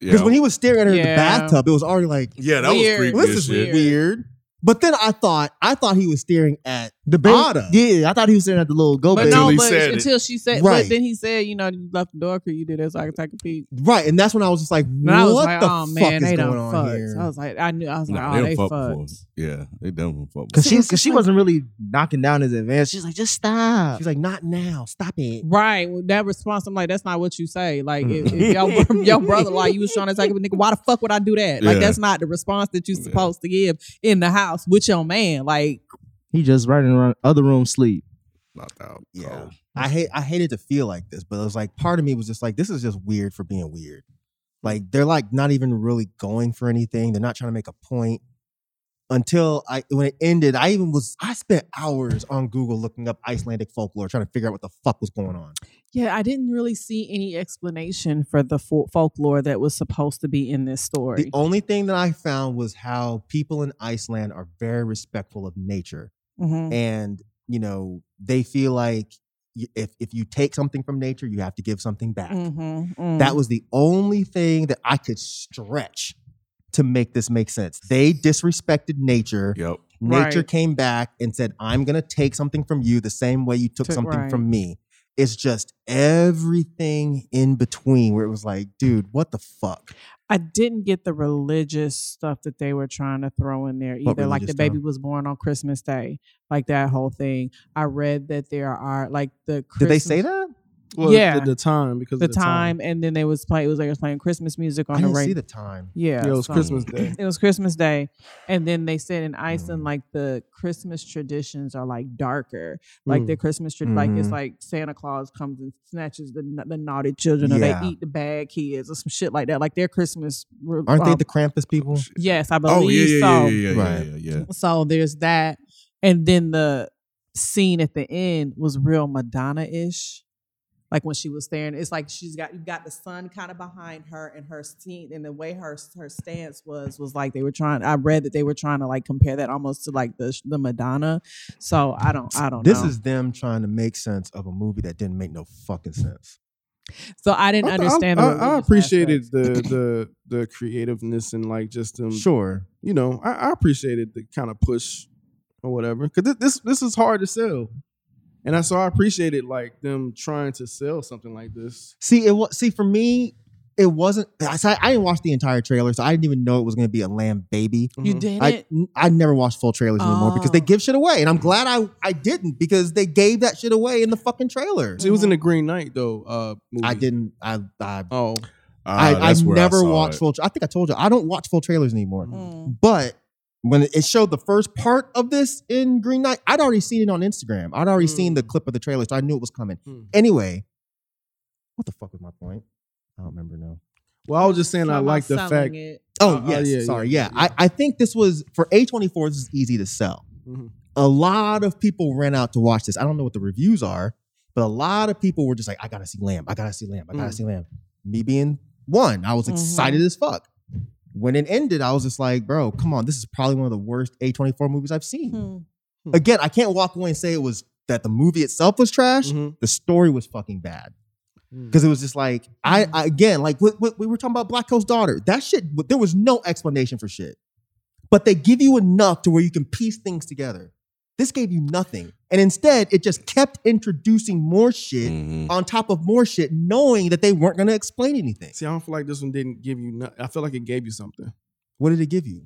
Speaker 5: Because
Speaker 1: Yeah.
Speaker 5: when he was staring at her in the
Speaker 4: Yeah.
Speaker 5: bathtub, it was already like,
Speaker 1: yeah, that
Speaker 4: Weird.
Speaker 1: was creepy.
Speaker 5: well,
Speaker 1: as
Speaker 5: this is
Speaker 1: shit.
Speaker 5: weird. But then I thought, I thought he was staring at
Speaker 2: The
Speaker 5: Otta.
Speaker 2: Yeah, I thought he was sitting at the little go
Speaker 4: But
Speaker 2: baby.
Speaker 4: no,
Speaker 1: he
Speaker 4: but
Speaker 1: said it.
Speaker 4: until she said,
Speaker 5: Right.
Speaker 4: but then he said, you know, you left the door crew, you did that so I could take a peek.
Speaker 5: right, and that's when I was just like,
Speaker 4: And I was
Speaker 5: what
Speaker 4: like,
Speaker 5: the
Speaker 4: oh
Speaker 5: fuck
Speaker 4: man,
Speaker 5: is
Speaker 4: they
Speaker 5: going
Speaker 4: done
Speaker 5: on
Speaker 4: fucked.
Speaker 5: here?
Speaker 4: I was like, I knew, I was like,
Speaker 1: Nah,
Speaker 4: oh,
Speaker 1: they
Speaker 4: they
Speaker 1: done fuck for him.
Speaker 4: fucked.
Speaker 1: Yeah, they done fuck.
Speaker 2: Cause
Speaker 1: with
Speaker 2: she,
Speaker 1: him.
Speaker 2: cause she wasn't really knocking down his advance. She's like, just stop.
Speaker 5: She's like, not now, stop it.
Speaker 4: Right. Well, that response, I'm like, that's not what you say. Like, if, if your,
Speaker 5: Mm.
Speaker 4: bro-
Speaker 5: [LAUGHS]
Speaker 4: your brother, like, you was trying to take a nigga, why the fuck would I do that? Like,
Speaker 1: Yeah.
Speaker 4: that's not the response that you're
Speaker 1: Yeah.
Speaker 4: supposed to give in the house with your man. Like,
Speaker 2: He just right in the other room sleep.
Speaker 1: knocked out.
Speaker 5: Yeah.
Speaker 1: cold.
Speaker 5: I hate I hated to feel like this, but it was like part of me was just like, this is just weird for being weird. Like they're like not even really going for anything. They're not trying to make a point. Until I when it ended, I even was I spent hours on Google looking up Icelandic folklore, trying to figure out what the fuck was going on.
Speaker 4: yeah, I didn't really see any explanation for the fol- folklore that was supposed to be in this
Speaker 5: The
Speaker 4: story.
Speaker 5: only thing that I found was how people in Iceland are very respectful of nature.
Speaker 1: Mm.
Speaker 4: Mhm.
Speaker 5: And, you know, they feel like y- if if you take something from nature, you have to give something back.
Speaker 4: Mhm. Mm.
Speaker 5: That was the only thing that I could stretch to make this make sense. They disrespected nature.
Speaker 1: Yep.
Speaker 5: Nature
Speaker 4: Right.
Speaker 5: came back and said, I'm going to take something from you the same way you took
Speaker 4: Took-
Speaker 5: something
Speaker 4: right.
Speaker 5: from me. It's just everything in between where it was like, dude, what the fuck?
Speaker 4: I didn't get the religious stuff that they were trying to throw in there
Speaker 5: What
Speaker 4: either. Like the
Speaker 5: religious
Speaker 4: baby
Speaker 5: stuff?
Speaker 4: was born on Christmas Day, like that whole thing. I read that there are like the Christmas,
Speaker 5: Did they say that?
Speaker 3: Well,
Speaker 4: Yeah.
Speaker 3: the, the time because
Speaker 4: the,
Speaker 3: of
Speaker 4: time, and then they was play. It was like it was playing Christmas music on
Speaker 5: I
Speaker 4: the
Speaker 5: didn't see
Speaker 4: radio.
Speaker 5: the time.
Speaker 4: Yeah,
Speaker 3: Yeah, it was
Speaker 4: so-
Speaker 3: Christmas Day.
Speaker 4: It was Christmas Day, and then they said in Iceland,
Speaker 5: Mm.
Speaker 4: like the Christmas traditions are like darker. Like
Speaker 3: Mm.
Speaker 4: the Christmas, tra- like it's
Speaker 5: Mhm.
Speaker 4: like Santa Claus comes and snatches the na- the naughty children, or
Speaker 5: Yeah.
Speaker 4: they eat the bad kids, or some shit like that. Like their Christmas, re-
Speaker 5: Aren't
Speaker 4: um,
Speaker 5: they the Krampus people?
Speaker 4: Yes, I believe
Speaker 1: Oh yeah, yeah,
Speaker 4: so.
Speaker 1: yeah, yeah, yeah,
Speaker 5: Right.
Speaker 1: yeah, yeah, yeah.
Speaker 4: So there's that, and then the scene at the end was real Madonna ish. Like when she was staring, it's like she's got you got the sun kind of behind her, and her scene and the way her her stance was was like they were trying. I read that they were trying to like compare that almost to like the the Madonna. So I don't I don't.
Speaker 5: This
Speaker 4: know.
Speaker 5: is them trying to make sense of a movie that didn't make no fucking sense.
Speaker 4: so I didn't
Speaker 3: I, thought- I-
Speaker 4: understand. the
Speaker 3: I, I
Speaker 4: religious
Speaker 3: appreciated
Speaker 4: aspect.
Speaker 3: the the the creativeness and like just them.
Speaker 5: Sure.
Speaker 3: You know, I, I appreciated the kind of push or whatever because this this is hard to sell, and I so I appreciated like them trying to sell something like this.
Speaker 5: See, it was see for me, it wasn't. I, so I- I didn't watch the entire trailer, so I didn't even know it was going to be a lamb baby.
Speaker 4: You
Speaker 3: Mhm.
Speaker 4: didn't.
Speaker 5: I I never watch full trailers anymore because they
Speaker 4: Oh.
Speaker 5: give shit away, and I'm glad I I didn't because they gave that shit away in the fucking trailer.
Speaker 3: It was in the Green Knight though. Uh, movie.
Speaker 5: I didn't. I I
Speaker 3: Oh,
Speaker 1: Ah,
Speaker 5: I, I
Speaker 1: that's where
Speaker 5: never
Speaker 1: saw
Speaker 5: watched
Speaker 1: it.
Speaker 5: full. I think I told you I don't watch full trailers anymore.
Speaker 4: Mm.
Speaker 5: But when it showed the first part of this in Green Knight, I'd already seen it on Instagram. I'd already seen the
Speaker 3: Hmm.
Speaker 5: clip of the trailer, so I knew it was coming.
Speaker 3: Hmm.
Speaker 5: Anyway, what the fuck was my point? I don't remember now.
Speaker 3: well, I was just saying I
Speaker 4: Talking about
Speaker 3: like the
Speaker 4: selling
Speaker 3: fact.
Speaker 4: it.
Speaker 5: Oh,
Speaker 3: Uh, oh,
Speaker 5: yes.
Speaker 3: yeah,
Speaker 5: sorry.
Speaker 3: yeah,
Speaker 5: Yeah.
Speaker 3: yeah.
Speaker 5: I, I think this was for A24, this is easy to sell.
Speaker 3: Mhm.
Speaker 5: A lot of people ran out to watch this. I don't know what the reviews are, but a lot of people were just like, I gotta see Lamb. I gotta see Lamb. I gotta
Speaker 3: Mm. Mm-hmm.
Speaker 5: see Lamb. Me being one, I was excited as fuck. When it ended, I was just like, bro, come on, this is probably one of the worst A24 movies I've seen.
Speaker 4: Hmm.
Speaker 5: Again, I can't walk away and say it was that the movie itself was trash.
Speaker 3: Mhm.
Speaker 5: The story was fucking bad. because it was just like I, I again like what, what we were talking about Black Coast Daughter. That shit there was no explanation for shit, but they give you enough to where you can piece things together. This gave you nothing, and instead it just kept introducing more shit
Speaker 3: Hmm.
Speaker 1: Mhm.
Speaker 5: on top of more shit, knowing that they weren't going to explain anything.
Speaker 3: See, I don't feel like this one didn't give you. No- I feel like it gave you something.
Speaker 5: What did it give you?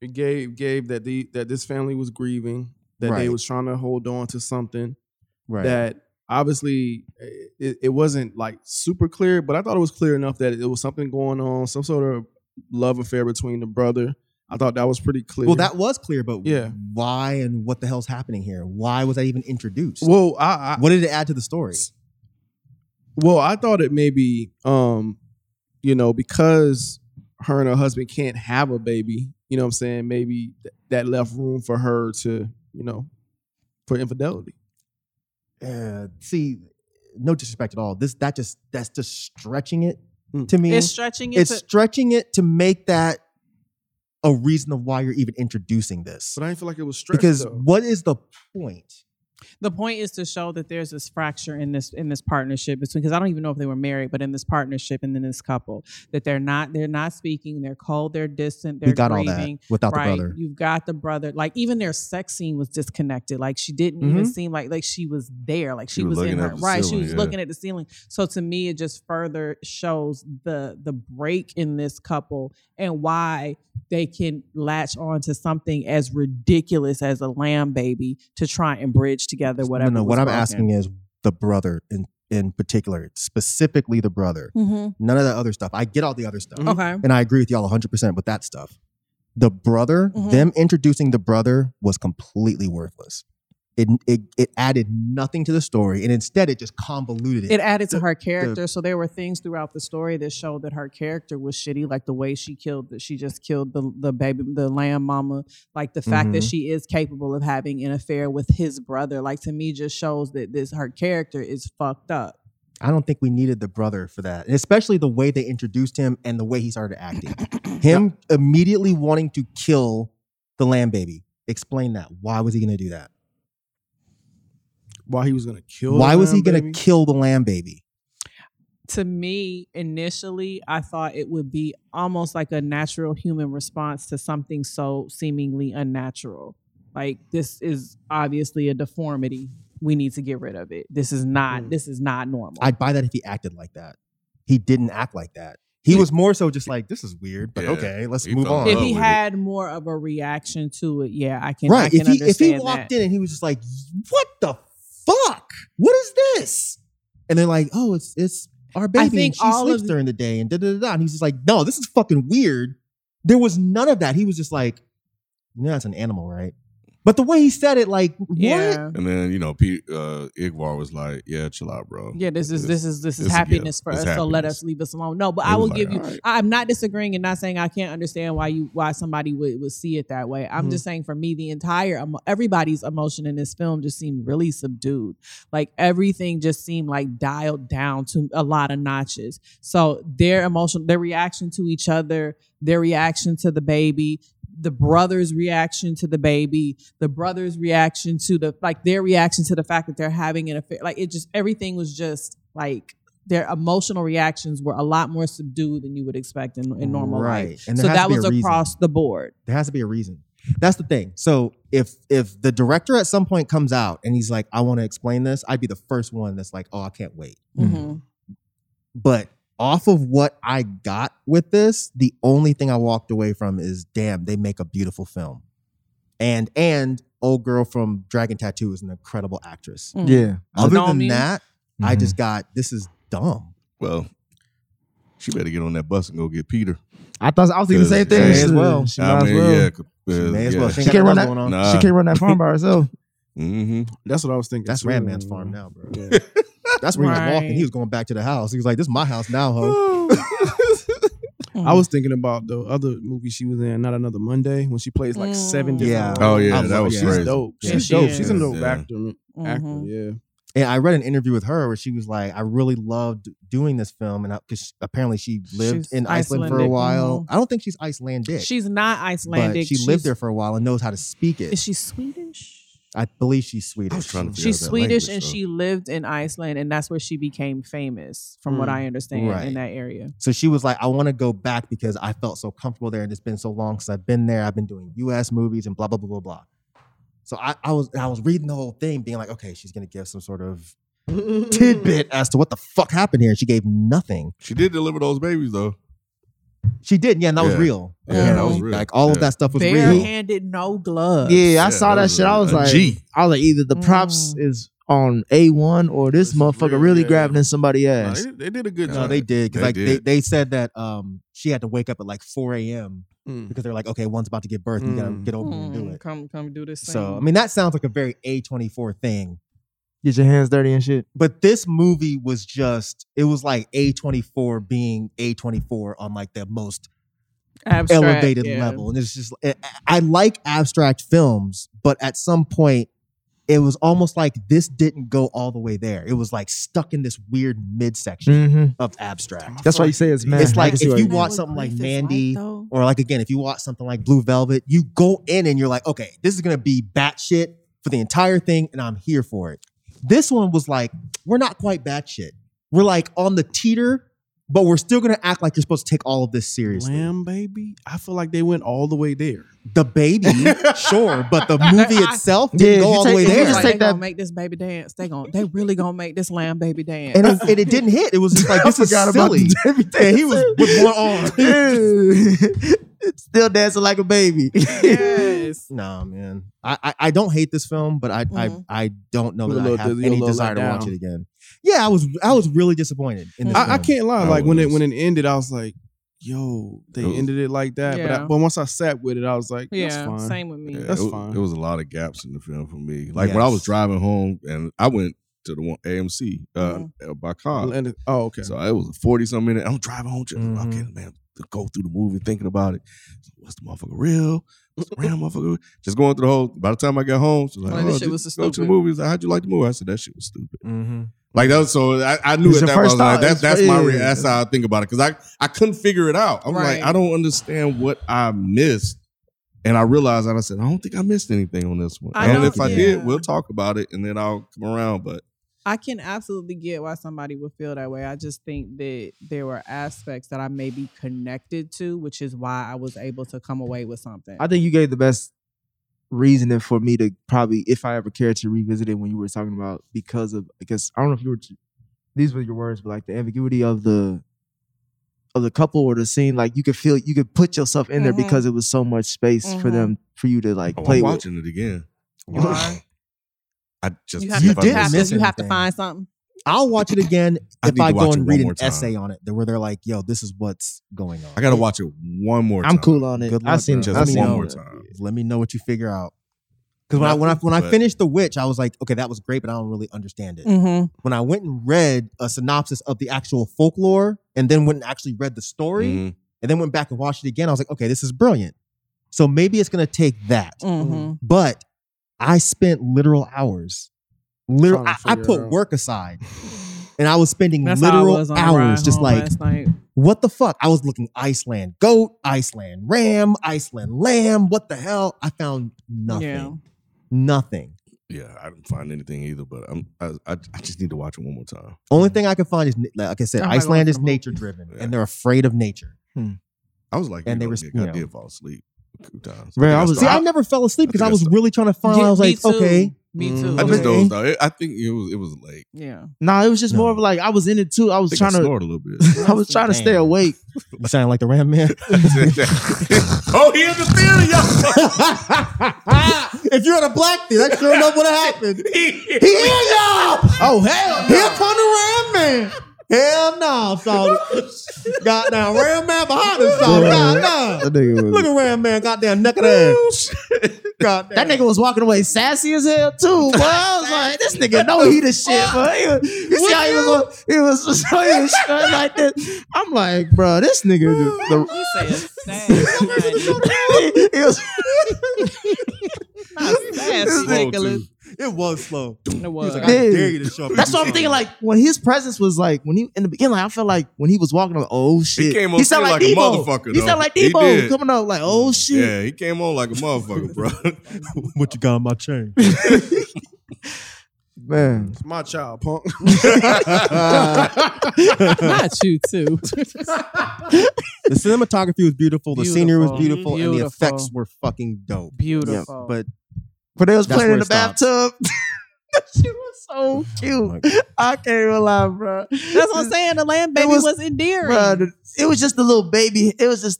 Speaker 3: It gave gave that the that this family was grieving, that they
Speaker 5: Right.
Speaker 3: was trying to hold on to something,
Speaker 5: Right.
Speaker 3: that obviously eh, it, it wasn't like super clear, but I thought it was clear enough that it was something going on, some sort of love affair between the brother. I thought that was pretty clear.
Speaker 5: well, that was clear, but
Speaker 3: Yeah.
Speaker 5: why and what the hell's happening here? Why was that even introduced?
Speaker 3: well, I, I
Speaker 5: what did it add to the story?
Speaker 3: well I thought it maybe um, you know, because her and her husband can't have a baby, you know what I'm saying? Maybe th- that left room for her to, you know, for infidelity.
Speaker 5: uh, see, no disrespect at all. This that just that's just stretching it to me.
Speaker 3: Mm-hmm.
Speaker 4: It's
Speaker 5: It's,
Speaker 4: stretching it. to,
Speaker 5: stretching it to make that a reason of why you're even introducing this.
Speaker 3: But I didn't feel like it was stressed
Speaker 5: Because
Speaker 3: though.
Speaker 5: what is the point?
Speaker 4: the point is to show that there's this fracture in this in this partnership between because I don't even know if they were married, but in this partnership and in this couple that they're not they're not speaking, they're cold, they're distant, they're
Speaker 5: we got all that
Speaker 4: grieving.
Speaker 5: without
Speaker 4: right,
Speaker 5: the brother.
Speaker 4: you've got the brother. Like even their sex scene was disconnected. Like she didn't
Speaker 5: Mm-hmm.
Speaker 4: even seem like like she was there. Like she,
Speaker 1: She was
Speaker 4: was in
Speaker 1: looking
Speaker 4: her
Speaker 1: up the
Speaker 4: right. she
Speaker 1: ceiling,
Speaker 4: was
Speaker 1: yeah.
Speaker 4: looking at the ceiling. So to me, it just further shows the the break in this couple and why they can latch on to something as ridiculous as a lamb baby to try and bridge together whatever.
Speaker 5: no, no, what
Speaker 4: was
Speaker 5: I'm
Speaker 4: broken.
Speaker 5: asking is the brother in in particular, specifically
Speaker 4: [LAUGHS]
Speaker 5: the brother.
Speaker 4: Mhm.
Speaker 5: None of that other stuff. I get all the other stuff.
Speaker 3: Mhm.
Speaker 4: Okay.
Speaker 5: And I agree with y'all 100% with that stuff. The brother,
Speaker 4: Mhm.
Speaker 5: them introducing the brother was completely worthless. It, it, it added nothing to the story and instead it just convoluted it.
Speaker 4: It added to her character. so there were things throughout the story that showed that her character was shitty, like the way she killed that she just killed the the baby the lamb mama, like the fact that
Speaker 5: Mhm.
Speaker 4: she is capable of having an affair with his brother, like to me just shows that this her character is fucked up.
Speaker 5: I don't think we needed the brother for that, and especially the way they introduced him and the way he
Speaker 4: [COUGHS]
Speaker 5: started acting. him immediately wanting to kill the lamb baby. Explain that. Why was he going to do that?
Speaker 3: why he was gonna kill.
Speaker 5: Why
Speaker 3: the
Speaker 5: was he
Speaker 3: man,
Speaker 5: going
Speaker 3: baby.
Speaker 5: to kill the lamb baby?
Speaker 4: To me, initially, I thought it would be almost like a natural human response to something so seemingly unnatural. Like this is obviously a deformity. We need to get rid of it. This is not.
Speaker 3: Mm.
Speaker 4: This is not normal.
Speaker 5: I'd buy that if he acted like that. He didn't act like that. He was more so just like, this is weird, but
Speaker 1: Yeah.
Speaker 5: okay, let's
Speaker 1: He
Speaker 5: move
Speaker 1: fell
Speaker 5: on.
Speaker 1: in
Speaker 4: if
Speaker 1: love
Speaker 4: he
Speaker 1: with it.
Speaker 4: had more of a reaction to it, yeah, I can. I
Speaker 5: right.
Speaker 4: can
Speaker 5: If he if he
Speaker 4: understand
Speaker 5: walked
Speaker 4: that.
Speaker 5: in and he was just like, what the fuck? What is this? And they're like, oh, it's it's our baby.
Speaker 4: think
Speaker 5: and she
Speaker 4: all
Speaker 5: sleeps
Speaker 4: of-
Speaker 5: during the day and da da da da. And he's just like, no, this is fucking weird. There was none of that. He was just like, you know, that's an animal, right? But the way he said it, like, what?
Speaker 4: yeah,
Speaker 1: And then you know, Pete uh, Igwar was like, "Yeah, chill out, bro."
Speaker 4: yeah. This is this is this is
Speaker 1: It's a gift.
Speaker 4: happiness for
Speaker 1: It's
Speaker 4: us. So let
Speaker 1: happiness.
Speaker 4: us leave us alone. No, but
Speaker 1: He
Speaker 4: I will
Speaker 1: was like,
Speaker 4: give you.
Speaker 1: "All right."
Speaker 4: I'm not disagreeing and not saying I can't understand why you why somebody would, would see it that way. I'm
Speaker 1: Mm-hmm.
Speaker 4: just saying for me, the entire emo- everybody's emotion in this film just seemed really subdued. Like everything just seemed like dialed down to a lot of notches. So their emotion, their reaction to each other, their reaction to the baby, the brother's reaction to the baby, the brother's reaction to the like their reaction to the fact that they're having an affair. Like it just everything was just like their emotional reactions were a lot more subdued than you would expect in, in normal
Speaker 5: Right.
Speaker 4: life.
Speaker 5: And
Speaker 4: so
Speaker 5: there has
Speaker 4: that
Speaker 5: to be
Speaker 4: was
Speaker 5: a reason.
Speaker 4: across the board.
Speaker 5: There has to be a reason. That's the thing. So if if the director at some point comes out and he's like, I want to explain this, I'd be the first one that's like, oh, I can't wait. Mm-hmm.
Speaker 4: Mhm.
Speaker 5: But off of what I got with this, the only thing I walked away from is damn, they make a beautiful film. And and old girl from Dragon Tattoo is an incredible actress.
Speaker 3: Mm-hmm.
Speaker 4: Mm.
Speaker 10: Yeah.
Speaker 5: Other than
Speaker 4: Naomi?
Speaker 5: that, I
Speaker 1: Mm-hmm.
Speaker 10: Mhm.
Speaker 5: just got this is dumb.
Speaker 1: Well, she better get on that bus and go get Peter.
Speaker 10: I thought I was thinking the same thing.
Speaker 1: May as
Speaker 5: well.
Speaker 10: She
Speaker 1: I
Speaker 10: might as
Speaker 1: mean,
Speaker 10: well.
Speaker 1: yeah, 'cause-
Speaker 5: She may as
Speaker 1: yeah.
Speaker 5: well. She,
Speaker 10: She
Speaker 5: can't
Speaker 10: can't
Speaker 5: run
Speaker 10: run
Speaker 5: going on.
Speaker 1: Nah.
Speaker 10: She can't run that
Speaker 3: [LAUGHS]
Speaker 10: farm by herself.
Speaker 1: hmm
Speaker 3: Uh, That's what I was thinking.
Speaker 5: That's
Speaker 3: too.
Speaker 5: Randman's farm now,
Speaker 1: [LAUGHS]
Speaker 5: bro.
Speaker 3: Yeah.
Speaker 5: That's where he was walking.
Speaker 4: Right.
Speaker 5: He was going back to the house. He was like, "This is my house now, ho."
Speaker 3: [LAUGHS] I was thinking about the other movie she was in, not another Monday, when she plays like seven.
Speaker 4: Mm.
Speaker 3: Different
Speaker 5: Yeah.
Speaker 3: roles.
Speaker 1: Oh, yeah,
Speaker 3: I
Speaker 1: that
Speaker 3: love her.
Speaker 1: was crazy.
Speaker 3: She's dope.
Speaker 1: Yeah,
Speaker 3: She's
Speaker 4: she
Speaker 3: dope. She's a
Speaker 1: is.
Speaker 3: dope
Speaker 1: Yeah.
Speaker 3: actor. Actor,
Speaker 4: Mhm.
Speaker 3: yeah.
Speaker 5: And I read an interview with her where she was like, "I really loved doing this film," and because apparently she lived
Speaker 4: She's
Speaker 5: in Iceland for a
Speaker 4: Icelandic,
Speaker 5: while.
Speaker 4: mhm.
Speaker 5: I don't think she's Icelandic,
Speaker 4: She's not
Speaker 5: but
Speaker 4: Icelandic.
Speaker 5: she lived
Speaker 4: She's-
Speaker 5: there for a while and knows how to speak it.
Speaker 4: Is she Swedish?
Speaker 5: I believe she's Swedish.
Speaker 1: I was trying to figure
Speaker 8: She's
Speaker 1: out that
Speaker 8: Swedish and
Speaker 1: language, though.
Speaker 8: she lived in Iceland, and that's where she became famous, from what
Speaker 5: Mm,
Speaker 8: I understand,
Speaker 5: right.
Speaker 8: in that area.
Speaker 5: So she was like, I want to go back because I felt so comfortable there and it's been so long since I've been there. I've been doing US movies and blah, blah, blah, blah, blah. So I, I was I was reading the whole thing, being like, okay, she's gonna give some sort
Speaker 1: [LAUGHS]
Speaker 5: of tidbit as to what the fuck happened here. She gave nothing.
Speaker 1: She did deliver those babies though.
Speaker 5: She did, yeah, and that was
Speaker 1: Yeah.
Speaker 5: real.
Speaker 1: Yeah,
Speaker 5: You
Speaker 1: that
Speaker 5: know,
Speaker 1: was real.
Speaker 5: Like all of
Speaker 1: Yeah.
Speaker 5: that stuff was real.
Speaker 8: Barehanded, no gloves.
Speaker 2: Yeah, I saw
Speaker 1: that
Speaker 2: that
Speaker 1: was
Speaker 2: shit. I
Speaker 1: a-
Speaker 2: was
Speaker 1: a
Speaker 2: like,
Speaker 1: G.
Speaker 2: I was like, either the props is on a one or this
Speaker 3: This is
Speaker 2: motherfucker
Speaker 3: real,
Speaker 2: really
Speaker 3: yeah.
Speaker 2: grabbing in somebody's
Speaker 3: Nah,
Speaker 2: ass.
Speaker 3: they, they did a good
Speaker 5: No,
Speaker 3: job.
Speaker 5: they did. 'cause,
Speaker 1: They
Speaker 5: like
Speaker 1: did.
Speaker 5: They, they said that um she had to wake up at like 4 a.m.
Speaker 3: Mm.
Speaker 5: because they're like, okay, one's about to give birth, you gotta
Speaker 3: Mm.
Speaker 5: get over here and Hmm. do it.
Speaker 8: Come, come do this.
Speaker 5: So I mean that sounds like a very A24 thing.
Speaker 2: Get your hands dirty and shit.
Speaker 5: but this movie was just it was like a24 being a24 on like the most elevated level and it's just I- i like abstract films but at some point it was almost like this didn't go all the way there it was like stuck in this weird midsection of abstract
Speaker 2: That's why you say it's man.
Speaker 5: It's like
Speaker 2: I can see
Speaker 5: if
Speaker 2: why
Speaker 5: you
Speaker 2: mean.
Speaker 5: watch something like Mandy or like again if you watch something like blue velvet you go in and you're like okay this is gonna be batshit for the entire thing and i'm here for it this one was like we're not quite batshit we're like on the teeter but we're still gonna act like you're supposed to take all of this seriously
Speaker 3: Lamb baby. I feel like they went all the way there.
Speaker 5: the baby sure but the
Speaker 2: [LAUGHS]
Speaker 5: movie itself didn't
Speaker 2: Yeah, if
Speaker 5: go
Speaker 2: you
Speaker 5: all the
Speaker 2: take-
Speaker 5: way
Speaker 2: if you
Speaker 5: there
Speaker 2: just
Speaker 8: Like,
Speaker 2: take
Speaker 8: they gonna
Speaker 2: that-
Speaker 8: make this baby dance. They gonna, they really gonna make this lamb baby dance.
Speaker 5: and it, and it didn't hit it
Speaker 2: [LAUGHS]
Speaker 5: was just like this is silly and he was with one arm
Speaker 2: Yeah. [LAUGHS] Still dancing like a baby.
Speaker 8: [LAUGHS]
Speaker 2: [LAUGHS]
Speaker 8: yes.
Speaker 5: Nah, man. I, I I don't hate this film, but I
Speaker 8: Mhm.
Speaker 5: I, I don't know
Speaker 3: Put a
Speaker 5: that I
Speaker 3: little-
Speaker 5: have
Speaker 3: your
Speaker 5: any
Speaker 3: little
Speaker 5: desire to
Speaker 3: letdown.
Speaker 5: watch it again. Yeah, I was I was really disappointed in this.
Speaker 3: I, I
Speaker 5: film.
Speaker 3: can't lie.
Speaker 1: I
Speaker 3: Like when it
Speaker 1: was.
Speaker 3: when it ended, I was like, "Yo, they
Speaker 1: It was-
Speaker 3: ended it like that." But I,
Speaker 8: Yeah.
Speaker 3: but once I sat with it, I was like, "That's
Speaker 8: Yeah.
Speaker 3: fine."
Speaker 8: Same with me.
Speaker 1: Yeah,
Speaker 3: That's
Speaker 1: it, was-
Speaker 3: fine.
Speaker 1: It was a lot of gaps in the film for me. Like when I was
Speaker 5: Yes.
Speaker 1: driving home and I went to the one AMC uh,
Speaker 8: Mm-hmm.
Speaker 1: uh, by car.
Speaker 3: And it- oh, okay.
Speaker 1: So it was a 40 something minute. I'm driving home. Just,
Speaker 2: Mm-hmm.
Speaker 5: Mhm.
Speaker 1: Okay, man, to go through the movie thinking about it. So what's the motherfucker real? What's the real motherfucker? Just going through the whole. By the time I got home, she was like,
Speaker 8: Like, this
Speaker 1: oh,
Speaker 8: shit was
Speaker 1: just
Speaker 8: so
Speaker 1: go to the
Speaker 8: stupid.
Speaker 1: movies. How'd you like the movie? I said, that shit was stupid.
Speaker 8: Mm-hmm.
Speaker 1: Like that was so I, I knew
Speaker 2: It's your
Speaker 1: at that point, I was
Speaker 2: first
Speaker 1: like,
Speaker 2: thought.
Speaker 1: that,
Speaker 2: It's
Speaker 1: that's
Speaker 2: your-
Speaker 1: my
Speaker 2: yeah.
Speaker 1: reaction. That's how I think about it. Cause I, I couldn't figure it out. I'm
Speaker 8: Right.
Speaker 1: like, I don't understand what I missed. And I realized that I said, I don't think I missed anything on this one.
Speaker 8: I
Speaker 1: and
Speaker 8: don't-
Speaker 1: if I did,
Speaker 8: yeah.
Speaker 1: we'll talk about it and then I'll come around. But
Speaker 8: I can absolutely get why somebody would feel that way. I just think that there were aspects that I may be connected to, which is why I was able to come away with something.
Speaker 2: I think you gave the best reasoning for me to probably, if I ever cared to revisit it when you were talking about because of because I don't know if you were t- these were your words, but like the ambiguity of the of the couple or the scene, like you could feel you could put yourself in there
Speaker 8: Mhm.
Speaker 2: because it was so much space for
Speaker 8: Mhm.
Speaker 2: them for you to like
Speaker 1: oh,
Speaker 2: play
Speaker 1: I'm
Speaker 2: with.
Speaker 1: watching it again.
Speaker 8: You are?
Speaker 1: [SIGHS] I just
Speaker 8: you have,
Speaker 5: You
Speaker 8: to,
Speaker 5: didn't
Speaker 8: have to-
Speaker 5: miss
Speaker 8: you have to
Speaker 5: anything.
Speaker 8: find something.
Speaker 5: I'll watch it again
Speaker 1: I
Speaker 5: if
Speaker 1: need
Speaker 5: I
Speaker 1: to watch
Speaker 5: go
Speaker 1: it
Speaker 5: and
Speaker 1: one
Speaker 5: read an
Speaker 1: more time.
Speaker 5: essay on it, that where they're like, "Yo, this is what's going on."
Speaker 1: I gotta watch it one more time.
Speaker 2: I'm cool on it.
Speaker 5: Good
Speaker 2: I
Speaker 5: luck,
Speaker 2: seen
Speaker 5: bro.
Speaker 2: it.
Speaker 1: Just
Speaker 2: I seen
Speaker 1: one
Speaker 2: it.
Speaker 1: more time.
Speaker 5: Let me know what you figure out. Because when I when I when I
Speaker 1: But-
Speaker 5: finished The Witch, I was like, "Okay, that was great, but I don't really understand it."
Speaker 8: Mm-hmm.
Speaker 5: When I went and read a synopsis of the actual folklore, and then went and actually read the story.
Speaker 1: Mhm.
Speaker 5: and then went back and watched it again. I was like, okay, this is brilliant. So maybe it's gonna take that.
Speaker 8: Mm-hmm.
Speaker 5: But I spent literal hours. Literal, I,
Speaker 3: Trying to
Speaker 5: I
Speaker 3: figure it
Speaker 5: put
Speaker 3: out.
Speaker 5: work
Speaker 8: [LAUGHS]
Speaker 5: aside, and I was spending
Speaker 8: That's how I
Speaker 5: literal
Speaker 8: was on the
Speaker 5: hours
Speaker 8: ride
Speaker 5: just
Speaker 8: home
Speaker 5: like,
Speaker 8: last night.
Speaker 5: what the fuck? I was looking Iceland goat, Iceland ram, Iceland lamb. What the hell? I found nothing.
Speaker 8: Yeah.
Speaker 5: Nothing.
Speaker 1: Yeah, I didn't find anything either, but I'm I, I, I just need to watch it one more time.
Speaker 5: Only thing I could find is, like I said,
Speaker 8: Sound like going
Speaker 5: Iceland
Speaker 8: to
Speaker 5: is
Speaker 8: the movies.
Speaker 5: nature driven,
Speaker 1: Yeah.
Speaker 5: and they're afraid of nature.
Speaker 1: I was like,
Speaker 5: And
Speaker 1: you
Speaker 5: they
Speaker 1: know,
Speaker 5: were-
Speaker 1: Nick,
Speaker 5: you
Speaker 1: I
Speaker 5: know.
Speaker 1: [LAUGHS] did fall asleep a few times.
Speaker 2: Bro,
Speaker 1: think
Speaker 2: I was-
Speaker 5: See,
Speaker 1: stopped-
Speaker 5: I never fell asleep
Speaker 1: I
Speaker 5: because
Speaker 1: think
Speaker 5: I
Speaker 1: I
Speaker 5: was
Speaker 1: saw-
Speaker 5: really trying to find.
Speaker 8: Yeah,
Speaker 5: I was
Speaker 8: me
Speaker 5: like,
Speaker 8: too.
Speaker 5: okay,
Speaker 8: Me
Speaker 3: Mm.
Speaker 8: too.
Speaker 1: I just
Speaker 5: Okay.
Speaker 1: dozed out. It, I think it was it was like
Speaker 8: Yeah.
Speaker 2: Nah, it was just
Speaker 5: No.
Speaker 2: more of like I was in it too. I
Speaker 1: I
Speaker 2: was
Speaker 1: think
Speaker 2: trying
Speaker 1: I
Speaker 2: to [LAUGHS]
Speaker 1: snored a little bit.
Speaker 2: I was trying to stay
Speaker 5: Damn.
Speaker 3: [LAUGHS]
Speaker 2: awake.
Speaker 5: you sound like the ram [LAUGHS] man.
Speaker 2: [LAUGHS]
Speaker 1: oh, he in the theater, y'all.
Speaker 5: [LAUGHS] if you're in a black theater, that sure enough would have happened. He
Speaker 1: He-
Speaker 5: here, y'all.
Speaker 2: Oh hell
Speaker 5: Here come the Ram Man. Hell no, son. Goddamn Ram Man behind us, son.
Speaker 2: [LAUGHS]
Speaker 5: Goddamn. Look at Ram Man. Goddamn neck of the ass. Goddamn.
Speaker 2: That nigga was walking away sassy as hell too. But I was like, this nigga know he the shit. But you see how he was, on, he was, he was, [LAUGHS] strutting like this. I'm like, bro, this nigga. The,
Speaker 8: You
Speaker 2: the,
Speaker 8: say it's sad.
Speaker 4: [LAUGHS]
Speaker 8: honey.
Speaker 2: he was,
Speaker 8: Not sad,
Speaker 1: Slow,
Speaker 8: Nicholas.
Speaker 1: too.
Speaker 5: It was slow.
Speaker 4: It
Speaker 5: He was
Speaker 4: was.
Speaker 5: like, I dare
Speaker 2: Dude.
Speaker 5: you to show up.
Speaker 2: That's what I'm thinking. Like when his presence was like when he in the beginning, like, I felt like when he was walking, I'm like, oh shit,
Speaker 1: came on
Speaker 2: sound
Speaker 1: stage like a motherfucker,
Speaker 2: He
Speaker 1: though.
Speaker 2: sounded like
Speaker 1: He
Speaker 2: Debo
Speaker 1: did.
Speaker 2: coming up, like oh shit.
Speaker 1: Yeah, he came on like a motherfucker, bro.
Speaker 5: [LAUGHS]
Speaker 1: [LAUGHS]
Speaker 5: what you got on
Speaker 2: [LAUGHS]
Speaker 5: my chain?
Speaker 2: Man,
Speaker 3: It's my
Speaker 5: [LAUGHS]
Speaker 3: child, punk.
Speaker 4: Not you too.
Speaker 5: the cinematography was beautiful, the scenery was
Speaker 4: Beautiful.
Speaker 5: beautiful, and the
Speaker 4: Beautiful.
Speaker 5: effects were fucking dope. Yeah,
Speaker 4: Beautiful.
Speaker 5: but
Speaker 2: but they was
Speaker 5: That's
Speaker 2: playing in
Speaker 5: where
Speaker 2: the
Speaker 5: it stopped. Oh
Speaker 2: bathtub. [LAUGHS] she was so cute. I can't even lie, bro.
Speaker 4: That's what I'm saying. The land baby was,
Speaker 2: was-
Speaker 4: endearing.
Speaker 2: Bruh, it was just the little baby. It was just,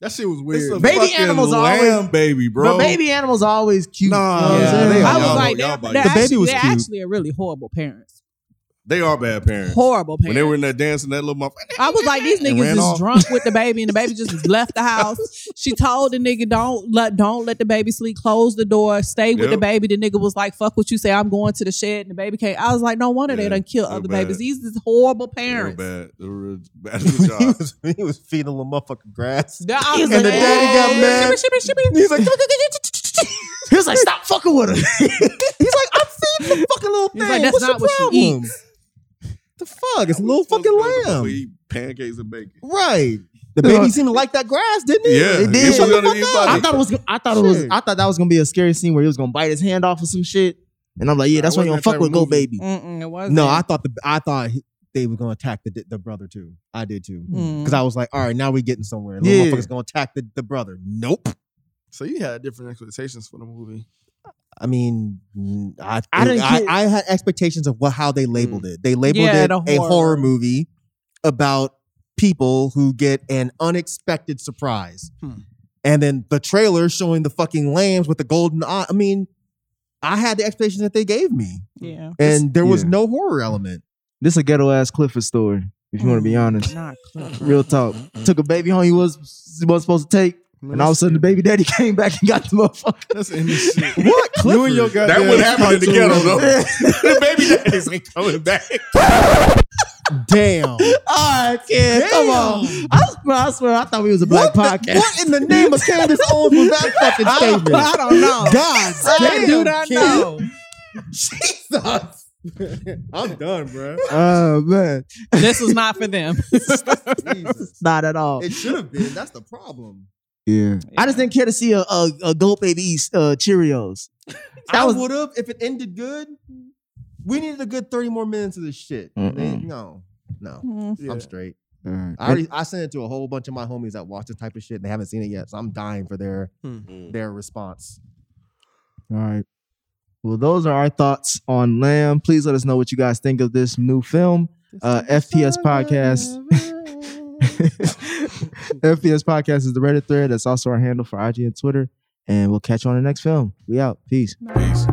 Speaker 3: That shit was
Speaker 1: It's
Speaker 3: weird.
Speaker 1: a
Speaker 2: Baby
Speaker 1: fucking
Speaker 2: animals always-
Speaker 1: lamb baby, bro.
Speaker 2: but baby animals are always cute.
Speaker 1: Nah,
Speaker 2: You know what I'm
Speaker 5: yeah,
Speaker 2: saying?
Speaker 5: they are.
Speaker 4: I was
Speaker 1: Y'all
Speaker 4: like,
Speaker 1: know-
Speaker 4: they're,
Speaker 1: y'all bite
Speaker 4: they're
Speaker 5: The baby
Speaker 4: actually,
Speaker 5: was
Speaker 4: they're
Speaker 5: cute.
Speaker 4: actually a really horrible parents.
Speaker 1: they are bad parents.
Speaker 4: Horrible
Speaker 1: When they
Speaker 4: parents.
Speaker 1: were in that dance and that little motherfucker.
Speaker 4: I was like, these
Speaker 1: And
Speaker 4: niggas
Speaker 1: ran
Speaker 4: is
Speaker 1: off.
Speaker 4: drunk with the baby, and the baby just left the house. She told the nigga, "Don't let, don't let the baby sleep. Close the door. Stay with the
Speaker 1: Yep.
Speaker 4: baby." The nigga was like, "Fuck what you say. I'm going to the shed." And the baby came. I was like, "No wonder they
Speaker 1: Yeah,
Speaker 4: done killed
Speaker 1: they're
Speaker 4: other
Speaker 1: bad.
Speaker 4: babies. These is horrible
Speaker 1: They were
Speaker 4: parents."
Speaker 1: bad. They were real bad [LAUGHS] at the
Speaker 5: he
Speaker 1: job.
Speaker 4: [LAUGHS]
Speaker 5: was [LAUGHS] he was feeding little motherfucking grass.
Speaker 4: The- I was
Speaker 2: And the daddy got
Speaker 4: "Oh,
Speaker 2: mad."
Speaker 4: shibby, shibby, shibby."
Speaker 2: He's like, he was like, stop fucking with her. [LAUGHS] He's like, I'm feeding the fucking little thing.
Speaker 4: He's like, "That's
Speaker 2: What's
Speaker 4: not
Speaker 2: the
Speaker 4: what you
Speaker 2: problem?
Speaker 4: eat."
Speaker 5: The fuck? It's a little
Speaker 1: We supposed to
Speaker 5: fucking
Speaker 1: go to the buffet,
Speaker 5: lamb.
Speaker 1: eat pancakes and bacon.
Speaker 5: Right. The
Speaker 2: They
Speaker 5: baby
Speaker 2: don't-
Speaker 5: seemed to like that grass, didn't he?
Speaker 1: Yeah,
Speaker 2: They did.
Speaker 1: He
Speaker 2: Shut
Speaker 1: was
Speaker 2: the
Speaker 1: under
Speaker 5: fuck
Speaker 1: your
Speaker 5: up.
Speaker 1: body.
Speaker 2: I thought it was. I thought it was.
Speaker 5: Shit.
Speaker 2: I thought that was gonna be a scary scene where he was gonna bite his hand off or some shit. And I'm like, yeah,
Speaker 3: Nah,
Speaker 2: that's
Speaker 3: it
Speaker 2: why you don't
Speaker 3: wasn't that
Speaker 2: fuck
Speaker 3: type
Speaker 2: with
Speaker 3: of
Speaker 2: Go
Speaker 3: movie.
Speaker 2: Baby.
Speaker 4: Mm-mm, it wasn't.
Speaker 5: No, I thought the I thought he- they were gonna attack the the brother too. I did too.
Speaker 4: Mm.
Speaker 5: Because I was like, all right, now we're getting somewhere. Little
Speaker 2: Yeah.
Speaker 5: motherfucker's gonna attack the, the brother. Nope.
Speaker 3: [LAUGHS] so you had different expectations for the movie.
Speaker 5: I mean, mm, I
Speaker 2: I
Speaker 5: I,
Speaker 2: didn't
Speaker 5: I,
Speaker 2: get-
Speaker 5: had expectations of what how they labeled it. They labeled
Speaker 4: Yeah,
Speaker 5: it
Speaker 4: the
Speaker 5: a
Speaker 4: horror.
Speaker 5: horror movie about people who get an unexpected surprise,
Speaker 3: Hmm.
Speaker 5: and then the trailer showing the fucking lambs with the golden eye. I mean, I had the expectations that they gave me,
Speaker 4: yeah,
Speaker 5: and there was
Speaker 2: yeah.
Speaker 5: no horror element.
Speaker 2: This a ghetto ass Clifford story. If you want to be honest, [LAUGHS]
Speaker 4: not
Speaker 2: real talk. Took a baby home he was he wasn't supposed to take, and all of a sudden the baby daddy came back and got the motherfucker.
Speaker 3: That's in
Speaker 2: [LAUGHS]
Speaker 3: this shit.
Speaker 5: What?
Speaker 3: You and your
Speaker 1: That
Speaker 3: goddamn
Speaker 1: would happen in the
Speaker 3: cartoon
Speaker 1: ghetto,
Speaker 3: rabbit.
Speaker 1: though. the baby daddies
Speaker 2: [LAUGHS]
Speaker 1: ain't coming back.
Speaker 5: Damn!
Speaker 2: I can't. Come on, I, bro, I swear I thought we was a black
Speaker 5: what, the,
Speaker 2: podcast.
Speaker 5: what in the name of
Speaker 2: [LAUGHS]
Speaker 5: Candace Owens was that fucking statement?
Speaker 4: I don't know.
Speaker 5: God,
Speaker 4: I
Speaker 5: damn,
Speaker 4: do not
Speaker 5: Ken.
Speaker 4: know.
Speaker 5: [LAUGHS] Jesus. [LAUGHS] I'm done, bro.
Speaker 2: Oh [LAUGHS] man,
Speaker 4: This was not for them.
Speaker 5: Jesus.
Speaker 2: not at all.
Speaker 5: It should have been. That's the problem.
Speaker 2: Yeah. I just didn't care to see a a, a goat baby eat uh, Cheerios. That
Speaker 5: I
Speaker 2: was-
Speaker 5: would have if it ended good. We needed a good 30 more minutes of this shit.
Speaker 2: Mm-mm.
Speaker 5: They- no, no.
Speaker 4: Mm.
Speaker 3: Yeah.
Speaker 5: I'm straight. I already I sent it to a whole bunch of my homies that watch this type of shit and they haven't seen it yet. So I'm dying for their
Speaker 2: [LAUGHS]
Speaker 5: their response.
Speaker 2: All right. Well, those are our thoughts on Lamb. Please let us know what you guys think of this new film. Uh, FPS Podcast. [LAUGHS] FPS Podcast is the Reddit thread. That's also our handle for IG and Twitter. And we'll catch you on the next film. We out. Peace.
Speaker 1: Peace.